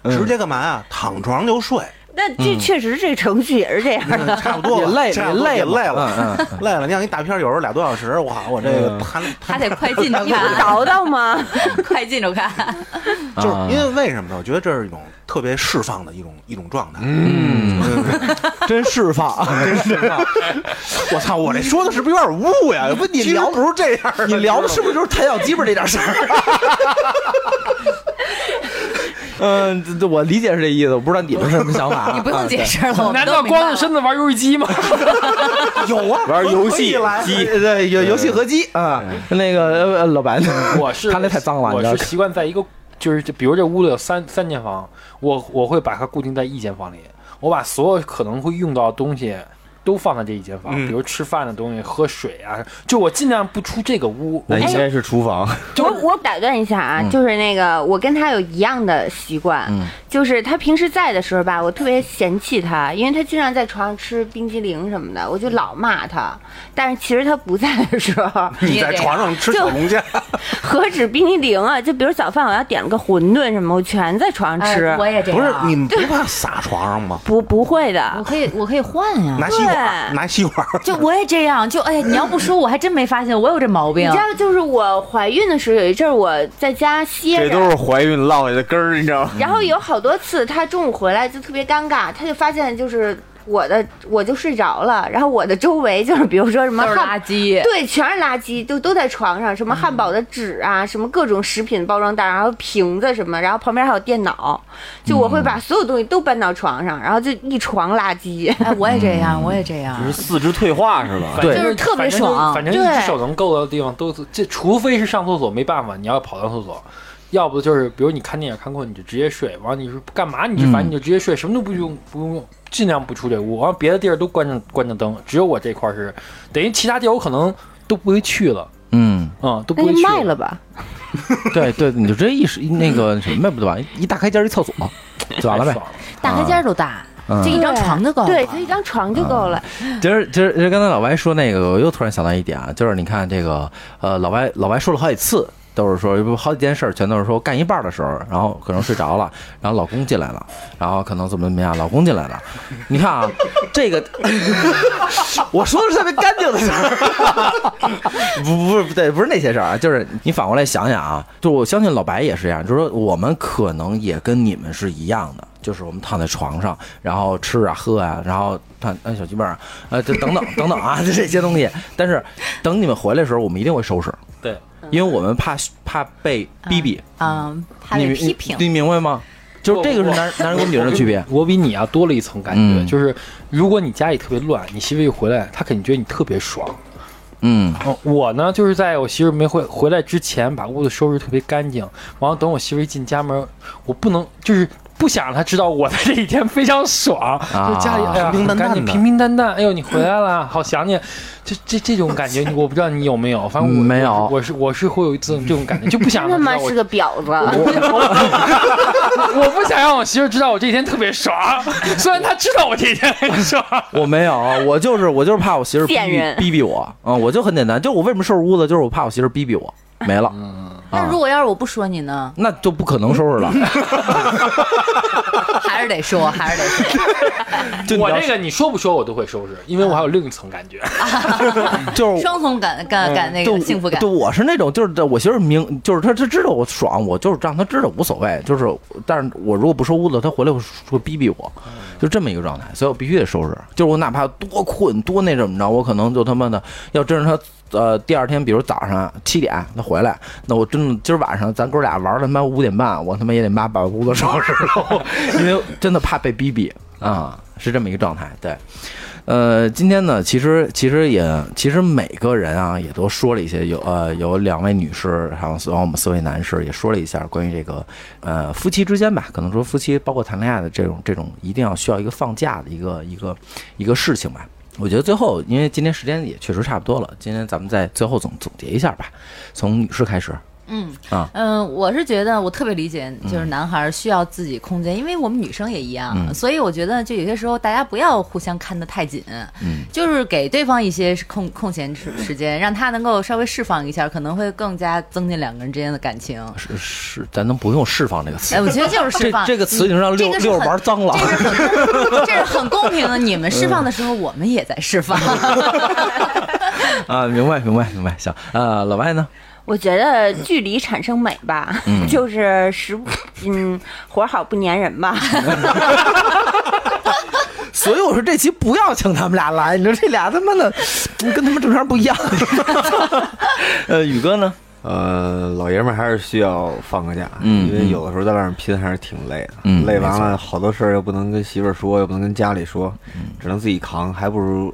[SPEAKER 1] 嗯
[SPEAKER 4] 直接干嘛呀？躺床就睡，
[SPEAKER 3] 那这确实这程序也是这样的。
[SPEAKER 4] 差不多
[SPEAKER 1] 也
[SPEAKER 4] 了
[SPEAKER 1] 累
[SPEAKER 4] 差不
[SPEAKER 1] 也
[SPEAKER 4] 多
[SPEAKER 1] 累
[SPEAKER 4] 也
[SPEAKER 1] 了
[SPEAKER 4] 累
[SPEAKER 1] 嗯
[SPEAKER 4] 了， 累了。你像一大片儿，有时候俩多小时，哇，我这个瘫
[SPEAKER 2] 还得快进着
[SPEAKER 3] 你
[SPEAKER 1] 嗯
[SPEAKER 3] 不
[SPEAKER 2] 看，
[SPEAKER 3] 倒腾吗？
[SPEAKER 2] 快进着看。
[SPEAKER 4] 就是
[SPEAKER 1] 啊
[SPEAKER 4] 因为为什么呢？我觉得这是一种特别释放的一种一种状态。嗯
[SPEAKER 1] 真释放，真释放！
[SPEAKER 4] 我操，我这说的是不是有点污呀？不，你聊不如这样，
[SPEAKER 1] 你聊的是不是就是抬脚鸡巴这点事 儿？嗯，这这我理解是这意思，我不知道你们是什么想法啊。
[SPEAKER 2] 你不用解
[SPEAKER 1] 啊
[SPEAKER 2] 释了，我们
[SPEAKER 5] 难
[SPEAKER 2] 都
[SPEAKER 5] 道
[SPEAKER 2] 明白
[SPEAKER 5] 光
[SPEAKER 2] 了
[SPEAKER 5] 着身子玩游戏机吗？
[SPEAKER 4] 有啊，
[SPEAKER 6] 玩游
[SPEAKER 4] 可以
[SPEAKER 6] 戏
[SPEAKER 4] 来
[SPEAKER 6] 机，
[SPEAKER 1] 对对，游游戏合机啊，那个呃老白呢，
[SPEAKER 5] 我是
[SPEAKER 1] 他那太脏了，你
[SPEAKER 5] 我
[SPEAKER 1] 知道
[SPEAKER 5] 是习惯在一个就是这，比如这屋里有三三间房，我我会把它固定在一间房里，我把所有可能会用到的东西都放在这一间房，
[SPEAKER 4] 嗯
[SPEAKER 5] 比如吃饭的东西、喝水啊，就我尽量不出这个屋。
[SPEAKER 1] 哎
[SPEAKER 6] 那应该是厨房。
[SPEAKER 3] 我我打断一下啊，就是那个我跟他有一样的习惯，就是他平时在的时候吧，我特别嫌弃他，因为他经常在床上吃冰激凌什么的，我就老骂他。但是其实他不在的时候，
[SPEAKER 4] 你在床上吃小龙虾，
[SPEAKER 3] 何止冰激凌啊？就比如早饭我要点了个馄饨什么，我全在床上吃。
[SPEAKER 2] 哎我也这
[SPEAKER 4] 不
[SPEAKER 2] 样
[SPEAKER 4] 是
[SPEAKER 2] 啊。
[SPEAKER 4] 你们不怕撒床上吗？
[SPEAKER 3] 不不会
[SPEAKER 2] 我
[SPEAKER 3] 的，
[SPEAKER 2] 可以，我可以换呀。
[SPEAKER 4] 拿吸管
[SPEAKER 3] 对
[SPEAKER 4] 拿吸管儿，
[SPEAKER 2] 就我也这样，就哎呀，你要不说我还真没发现我有这毛病
[SPEAKER 3] 你知。道，就是我怀孕的时候有一阵儿我在家歇
[SPEAKER 6] 这
[SPEAKER 3] 着
[SPEAKER 6] 都。是怀孕落下的根儿，你知道吗？
[SPEAKER 3] 然后有好多次，他中午回来就特别尴尬，他就发现就是我的我就睡着了，然后我的周围就是比如说什么
[SPEAKER 2] 都是
[SPEAKER 3] 汉
[SPEAKER 2] 垃圾，
[SPEAKER 3] 对，全是垃圾，都都在床上，什么汉堡的纸啊，什么各种食品包装袋，然后瓶子什么，然后旁边还有电脑，就我会把所有东西都搬到床上，然后就一床垃圾。
[SPEAKER 2] 哎，我也这样，
[SPEAKER 1] 嗯
[SPEAKER 2] 我也这样
[SPEAKER 6] 就。是四肢退化是吧？
[SPEAKER 1] 对
[SPEAKER 2] 就是特别爽
[SPEAKER 5] 反正一只手能够到的地方都这，除非是上厕所没办法，你要跑到厕所，要不就是比如你看电影看困你就直接睡，完了你说干嘛你就
[SPEAKER 1] 嗯
[SPEAKER 5] 烦你就直接睡，什么都不用不用用，尽量不出这屋，完了别的地儿都关上关上灯，只有我这块儿是，等于其他地儿我可能都不会去了，
[SPEAKER 1] 嗯，
[SPEAKER 5] 嗯，都
[SPEAKER 3] 那
[SPEAKER 5] 不会
[SPEAKER 3] 就
[SPEAKER 5] 去
[SPEAKER 3] 卖了吧，
[SPEAKER 1] 对对，你就直接一时那个什么不就完了，一大开间一 厕所就完了呗。
[SPEAKER 2] 大开间儿都大，
[SPEAKER 1] 嗯
[SPEAKER 2] 就一张床就够了。
[SPEAKER 3] 对，就一张床就够了。
[SPEAKER 1] 其实其实其实刚才老白说那个，我又突然想到一点啊，就是你看这个呃，老白老白说了好几次。都是说有好几件事儿，全都是说干一半儿的时候，然后可能睡着了，然后老公进来了，然后可能怎么怎么样，老公进来了。你看啊，这个 我说的是特别干净的事儿， 不不是不对，不是那些事儿啊，就是你反过来想想啊，就我相信老白也是这样，就是说我们可能也跟你们是一样的，就是我们躺在床上，然后吃啊喝啊，然后看哎小鸡巴啊，呃这等等等等啊， 就这些东西。但是等你们回来的时候，我们一定会收拾，
[SPEAKER 5] 对，
[SPEAKER 1] 因为我们怕怕被逼逼，
[SPEAKER 2] 嗯，怕
[SPEAKER 1] 你
[SPEAKER 2] 被
[SPEAKER 1] 明
[SPEAKER 2] 批评。
[SPEAKER 1] 你明白吗？就是这个是男男人跟女人的区 别。
[SPEAKER 5] 我比你啊多了一层感觉，
[SPEAKER 1] 嗯
[SPEAKER 5] 就是如果你家里特别乱，你媳妇一回来，她肯定觉得你特别爽。
[SPEAKER 1] 嗯
[SPEAKER 5] 嗯，我呢，就是在我媳妇儿没回回来之前，把屋子收拾特别干净，然后等我媳妇儿一进家门，我不能就是不想让她知道我在这一天非常爽，就家里哎呀
[SPEAKER 4] 平平淡淡的
[SPEAKER 5] 很干净平平淡淡，哎呦你回来了，好想你，这这这种感觉，我不知道你有没有，反正
[SPEAKER 1] 嗯
[SPEAKER 5] 我
[SPEAKER 1] 没有
[SPEAKER 5] 我是我是会有一种这种感觉，就不想
[SPEAKER 3] 真
[SPEAKER 5] 让她
[SPEAKER 3] 他妈
[SPEAKER 5] 知道我
[SPEAKER 3] 是个婊
[SPEAKER 2] 嗯
[SPEAKER 3] 子！
[SPEAKER 5] 我不想让我媳妇儿知道我这一天特别爽，虽然她知道我这一天很爽。
[SPEAKER 1] 我没有，我就是我就是怕我媳妇儿逼
[SPEAKER 3] 贱
[SPEAKER 1] 逼
[SPEAKER 3] 人
[SPEAKER 1] 逼逼我啊、我就很简单，就我为什么收拾屋子，就是我怕我媳妇儿逼逼我，没了，啊
[SPEAKER 2] 那如果要是我不说你呢？
[SPEAKER 1] 那就不可能收拾了。
[SPEAKER 2] 还是得说，还是 得说。
[SPEAKER 1] 就
[SPEAKER 5] 我这个你说不说我都会收拾，因为我还有另一层感觉。
[SPEAKER 1] 个 就是。
[SPEAKER 2] 双重感感感那
[SPEAKER 1] 就
[SPEAKER 2] 个幸福感
[SPEAKER 1] 对，。我是那种，就是我媳妇儿明，就是她，她知道我爽，我就是让她知道无所谓，就是，但是我如果不收屋子，她回来会会逼逼我，就这么一个状态，所以我必须得收拾，就是我哪怕多困多那怎么着，我可能就他妈的，要真是她呃第二天，比如早上七点她回来，那我真的今儿晚上咱哥俩玩儿他妈五点半，我他妈也得妈把屋子收拾了， 因为真的怕被逼逼啊，是这么一个状态，对。呃，今天呢，其实其实也其实每个人啊，也都说了一些，有呃有两位女士，还有然后我们四位男士也说了一下关于这个呃夫妻之间吧，可能说夫妻包括谈恋爱的这种这种，一定要需要一个放假的一个一个一个事情吧。我觉得最后，因为今天时间也确实差不多了，今天咱们再最后总总结一下吧，从女士开始。
[SPEAKER 2] 嗯
[SPEAKER 1] 啊
[SPEAKER 2] 嗯，我是觉得我特别理解，就是男孩需要自己空间，因为我们女生也一样，
[SPEAKER 1] 嗯
[SPEAKER 2] 所以我觉得就有些时候大家不要互相看得太紧，
[SPEAKER 1] 嗯
[SPEAKER 2] 就是给对方一些空空闲时时间，让他能够稍微释放一下，可能会更加增进两个人之间的感情。
[SPEAKER 1] 是是，咱能不用“释放”这个词
[SPEAKER 2] 哎，？我觉得就是释
[SPEAKER 1] 这
[SPEAKER 2] 放嗯
[SPEAKER 1] 这个词已经让六
[SPEAKER 2] 这个是
[SPEAKER 1] 六
[SPEAKER 2] 很
[SPEAKER 1] 玩脏了。
[SPEAKER 2] 这是很这是很公平的，你们释放的时候，我们也在释 放。
[SPEAKER 1] 啊，明白明白明白，行。呃，老外呢？
[SPEAKER 3] 我觉得距离产生美吧，
[SPEAKER 2] 嗯
[SPEAKER 3] 就是时不嗯活好不粘人吧。
[SPEAKER 1] 所以我说这期不要请他们俩来，你说这俩他妈的跟他们正常不一 样。呃，宇哥呢？
[SPEAKER 6] 呃，老爷们儿还是需要放个假，
[SPEAKER 1] 嗯
[SPEAKER 6] 因为有的时候在外面拼还是挺累的，
[SPEAKER 1] 嗯
[SPEAKER 6] 累完了好多事儿又不能跟媳妇儿说，又不能跟家里说，只能自己扛，还不如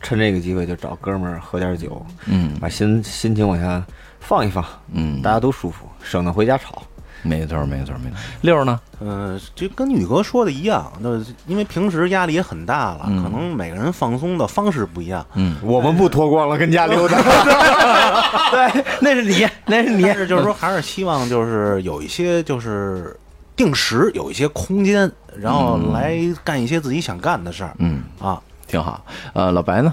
[SPEAKER 6] 趁这个机会就找哥们儿喝点酒，
[SPEAKER 1] 嗯
[SPEAKER 6] 把心心情往下放一放，
[SPEAKER 1] 嗯
[SPEAKER 6] 大家都舒服，省得回家吵。
[SPEAKER 1] 没错没错没错。六儿呢？
[SPEAKER 4] 嗯，这跟宇哥说的一样，那因为平时压力也很大了，
[SPEAKER 1] 嗯
[SPEAKER 4] 可能每个人放松的方式不一样。
[SPEAKER 1] 嗯，
[SPEAKER 6] 我们不脱光了跟家溜达，
[SPEAKER 1] 对，那是你，那是
[SPEAKER 4] 但是就是说，还是希望就是有一些就是定时有一些空间，然后来干一些自己想干的事儿
[SPEAKER 1] 嗯，
[SPEAKER 4] 啊。
[SPEAKER 1] 挺好。呃，老白呢？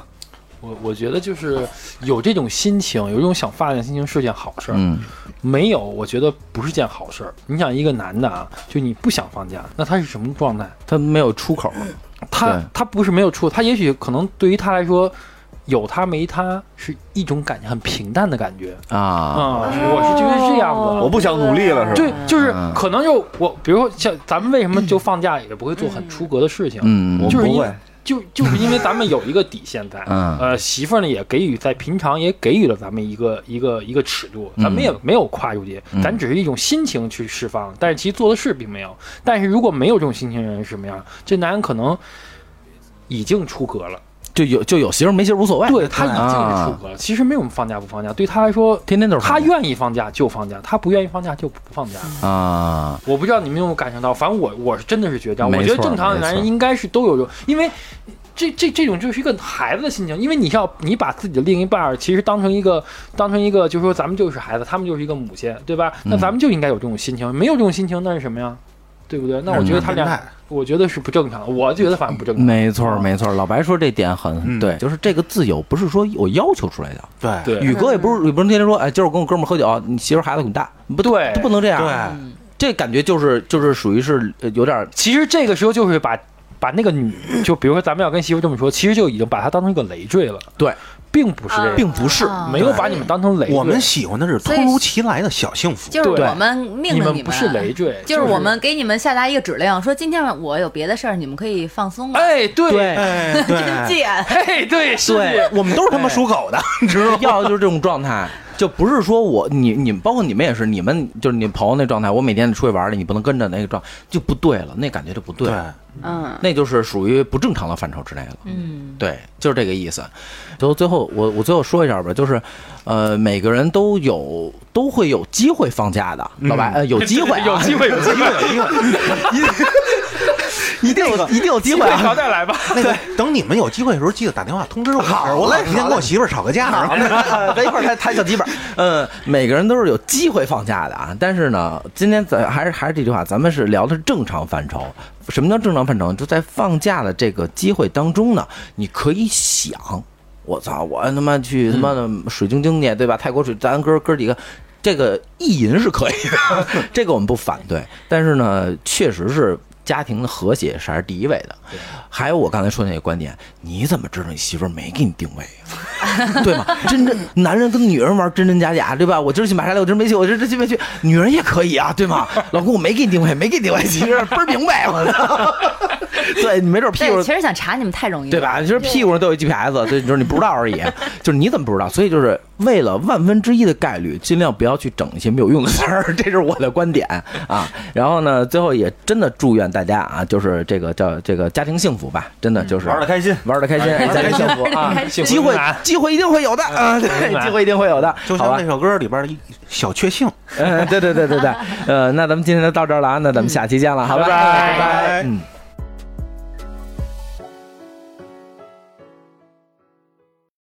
[SPEAKER 5] 我我觉得就是有这种心情，有这种想发展的心情是件好事儿。
[SPEAKER 1] 嗯
[SPEAKER 5] 没有，我觉得不是件好事儿。你想一个男的啊，就你不想放假，那他是什么状态？
[SPEAKER 1] 他没有出口，
[SPEAKER 5] 他
[SPEAKER 1] 对
[SPEAKER 5] 他不是没有出，他也许可能对于他来说，有他没他是一种感觉，很平淡的感觉
[SPEAKER 1] 啊，
[SPEAKER 5] 啊、我是觉得是这样子。
[SPEAKER 6] 我不想努力了，是吧？
[SPEAKER 5] 对，就是
[SPEAKER 1] 嗯
[SPEAKER 5] 可能就我，比如说像咱们为 什么就放假也不会做很出格的事情，
[SPEAKER 1] 嗯，
[SPEAKER 6] 我
[SPEAKER 5] 就是
[SPEAKER 6] 不
[SPEAKER 5] 因
[SPEAKER 6] 会
[SPEAKER 5] 为，就就是因为咱们有一个底线在，
[SPEAKER 1] 嗯
[SPEAKER 5] 呃，媳妇儿呢也给予在平常也给予了咱们一个一个一个尺度，咱们也没有跨出去，
[SPEAKER 1] 嗯
[SPEAKER 5] 咱只是一种心情去释放，但是其实做的事并没有。但是如果没有这种心情的人是什么样？这男人可能已经出格了，
[SPEAKER 1] 就有就有媳妇儿没媳妇儿无所谓，
[SPEAKER 5] 对他已经是出格了。其实没有放假不放假，对他来说，
[SPEAKER 1] 天天都是
[SPEAKER 5] 他愿意放假就放假，他不愿意放假就不放假。
[SPEAKER 1] 啊，
[SPEAKER 5] 我不知道你们有没有感受到，反正我我是真的是觉得这样，我
[SPEAKER 1] 没
[SPEAKER 5] 觉
[SPEAKER 1] 错
[SPEAKER 5] 得正常的男
[SPEAKER 1] 没
[SPEAKER 5] 人
[SPEAKER 1] 错
[SPEAKER 5] 应该是都有这种，因为这这这种就是一个孩子的心情，因为你要你把自己的另一半儿其实当成一个当成一个，就说咱们就是孩子，他们就是一个母亲，对吧？那
[SPEAKER 1] 嗯
[SPEAKER 5] 咱们就应该有这种心情，没有这种心情那是什么呀？对不对？那我觉得他
[SPEAKER 4] 嗯
[SPEAKER 5] 俩
[SPEAKER 4] 明白，
[SPEAKER 5] 我觉得是不正常的，我觉得反正不正常。
[SPEAKER 1] 没错没错，老白说这点很
[SPEAKER 4] 嗯
[SPEAKER 1] 对，就是这个自由不是说我要求出来的，
[SPEAKER 4] 对
[SPEAKER 5] 嗯对
[SPEAKER 1] 宇哥也不是也不是天天说，哎，今儿我跟我哥们儿喝酒，你媳妇儿孩子滚蛋，不
[SPEAKER 5] 对
[SPEAKER 1] 不能这样，
[SPEAKER 4] 对，
[SPEAKER 2] 嗯
[SPEAKER 1] 这感觉就是就是属于是呃有点儿
[SPEAKER 5] 其实这个时候就是把把那个女，就比如说咱们要跟媳妇这么说，其实就已经把她当成一个累赘了，
[SPEAKER 1] 对，
[SPEAKER 5] 并不是这样，
[SPEAKER 1] 并不是
[SPEAKER 2] 啊
[SPEAKER 5] 没有把你们当成累赘。
[SPEAKER 4] 我们喜欢的是突如其来的小幸
[SPEAKER 2] 嗯
[SPEAKER 4] 福。
[SPEAKER 2] 就是
[SPEAKER 5] 对
[SPEAKER 2] 我们命
[SPEAKER 5] 你
[SPEAKER 2] 令
[SPEAKER 5] 们不是累赘，
[SPEAKER 2] 就是我们给你们下达一个指令，说今天我有别的事儿，你们可以放松了。
[SPEAKER 5] 哎，对，
[SPEAKER 4] 哎，对，
[SPEAKER 2] 戒
[SPEAKER 5] 嘿，对，是
[SPEAKER 1] 对
[SPEAKER 4] 我们都是他妈属狗的，你知道吗？
[SPEAKER 1] 要的就是这种状态，就不是说我你你们包括你们也是，你们就是你朋友那状态，我每天出去玩儿了，你不能跟着那个状就不对了，那感觉就不对，
[SPEAKER 4] 对，
[SPEAKER 3] 嗯，
[SPEAKER 1] 那就是属于不正常的范畴之内了。
[SPEAKER 2] 嗯，
[SPEAKER 1] 对，就是这个意思。就最后我我最后说一下吧，就是，呃，每个人都有都会有机会放假的，
[SPEAKER 4] 嗯
[SPEAKER 1] 老白，呃，有机会、啊，
[SPEAKER 5] 有机会，有机会，有机会，
[SPEAKER 1] 一定有一定有机
[SPEAKER 5] 机
[SPEAKER 1] 会、
[SPEAKER 5] 会
[SPEAKER 1] 啊
[SPEAKER 5] 好。再来吧。
[SPEAKER 4] 那个等你们有机会的时候，记得打电话通知我。我来，今天跟我媳妇儿吵个架，然后
[SPEAKER 1] 咱一块儿谈谈小鸡本。嗯，每个人都是有机会放假的啊。但是呢，今天咱还是还是这句话，咱们是聊的是正常范畴。什么叫正常范畴？就在放假的这个机会当中呢，你可以想，我操，我他妈去他妈的水晶晶去，对吧？泰国水，咱哥哥几个。这个意淫是可以的，这个我们不反对，但是呢，确实是家庭的和谐是还是第一位的。还有我刚才说的那个观点，你怎么知道你媳妇儿没给你定位呀、 对吧？真真男人跟女人玩真真假假，对吧？我今儿去买啥来，我今儿没去，我今儿这去没去，女人也可以啊，对吗？老公，我没给你定位，没给你定位，其实倍儿明白，我操！ 对你没准儿屁
[SPEAKER 2] 对，
[SPEAKER 1] 股
[SPEAKER 2] 其实想查你们太容易了，
[SPEAKER 1] 对？吧？就是屁股上都有 GPS，对，就是你不知道而已。就是你怎么不知道？所以就是为了万分之一的概率，尽量不要去整一些没有用的事儿， 这是我的观点啊。然后呢，最后也真的祝愿大家啊，就是这个叫这个家庭幸福吧，真的
[SPEAKER 5] 嗯
[SPEAKER 1] 就是
[SPEAKER 6] 玩的开心。
[SPEAKER 1] 玩的开心，
[SPEAKER 5] 玩
[SPEAKER 1] 家
[SPEAKER 5] 得开
[SPEAKER 1] 庭
[SPEAKER 5] 心
[SPEAKER 1] 幸福 啊，
[SPEAKER 5] 幸
[SPEAKER 1] 机
[SPEAKER 5] 福嗯
[SPEAKER 1] 会
[SPEAKER 5] 难
[SPEAKER 1] 机会一定会有的啊，对，机会一定会有的，
[SPEAKER 4] 就
[SPEAKER 1] 好
[SPEAKER 4] 像
[SPEAKER 1] 吧
[SPEAKER 4] 那？首歌里边的一小确幸。
[SPEAKER 1] 嗯，对对对对对，呃，那咱们今天就到这儿了啊，那咱们下期见了，好吧？
[SPEAKER 5] 拜拜
[SPEAKER 1] 嗯。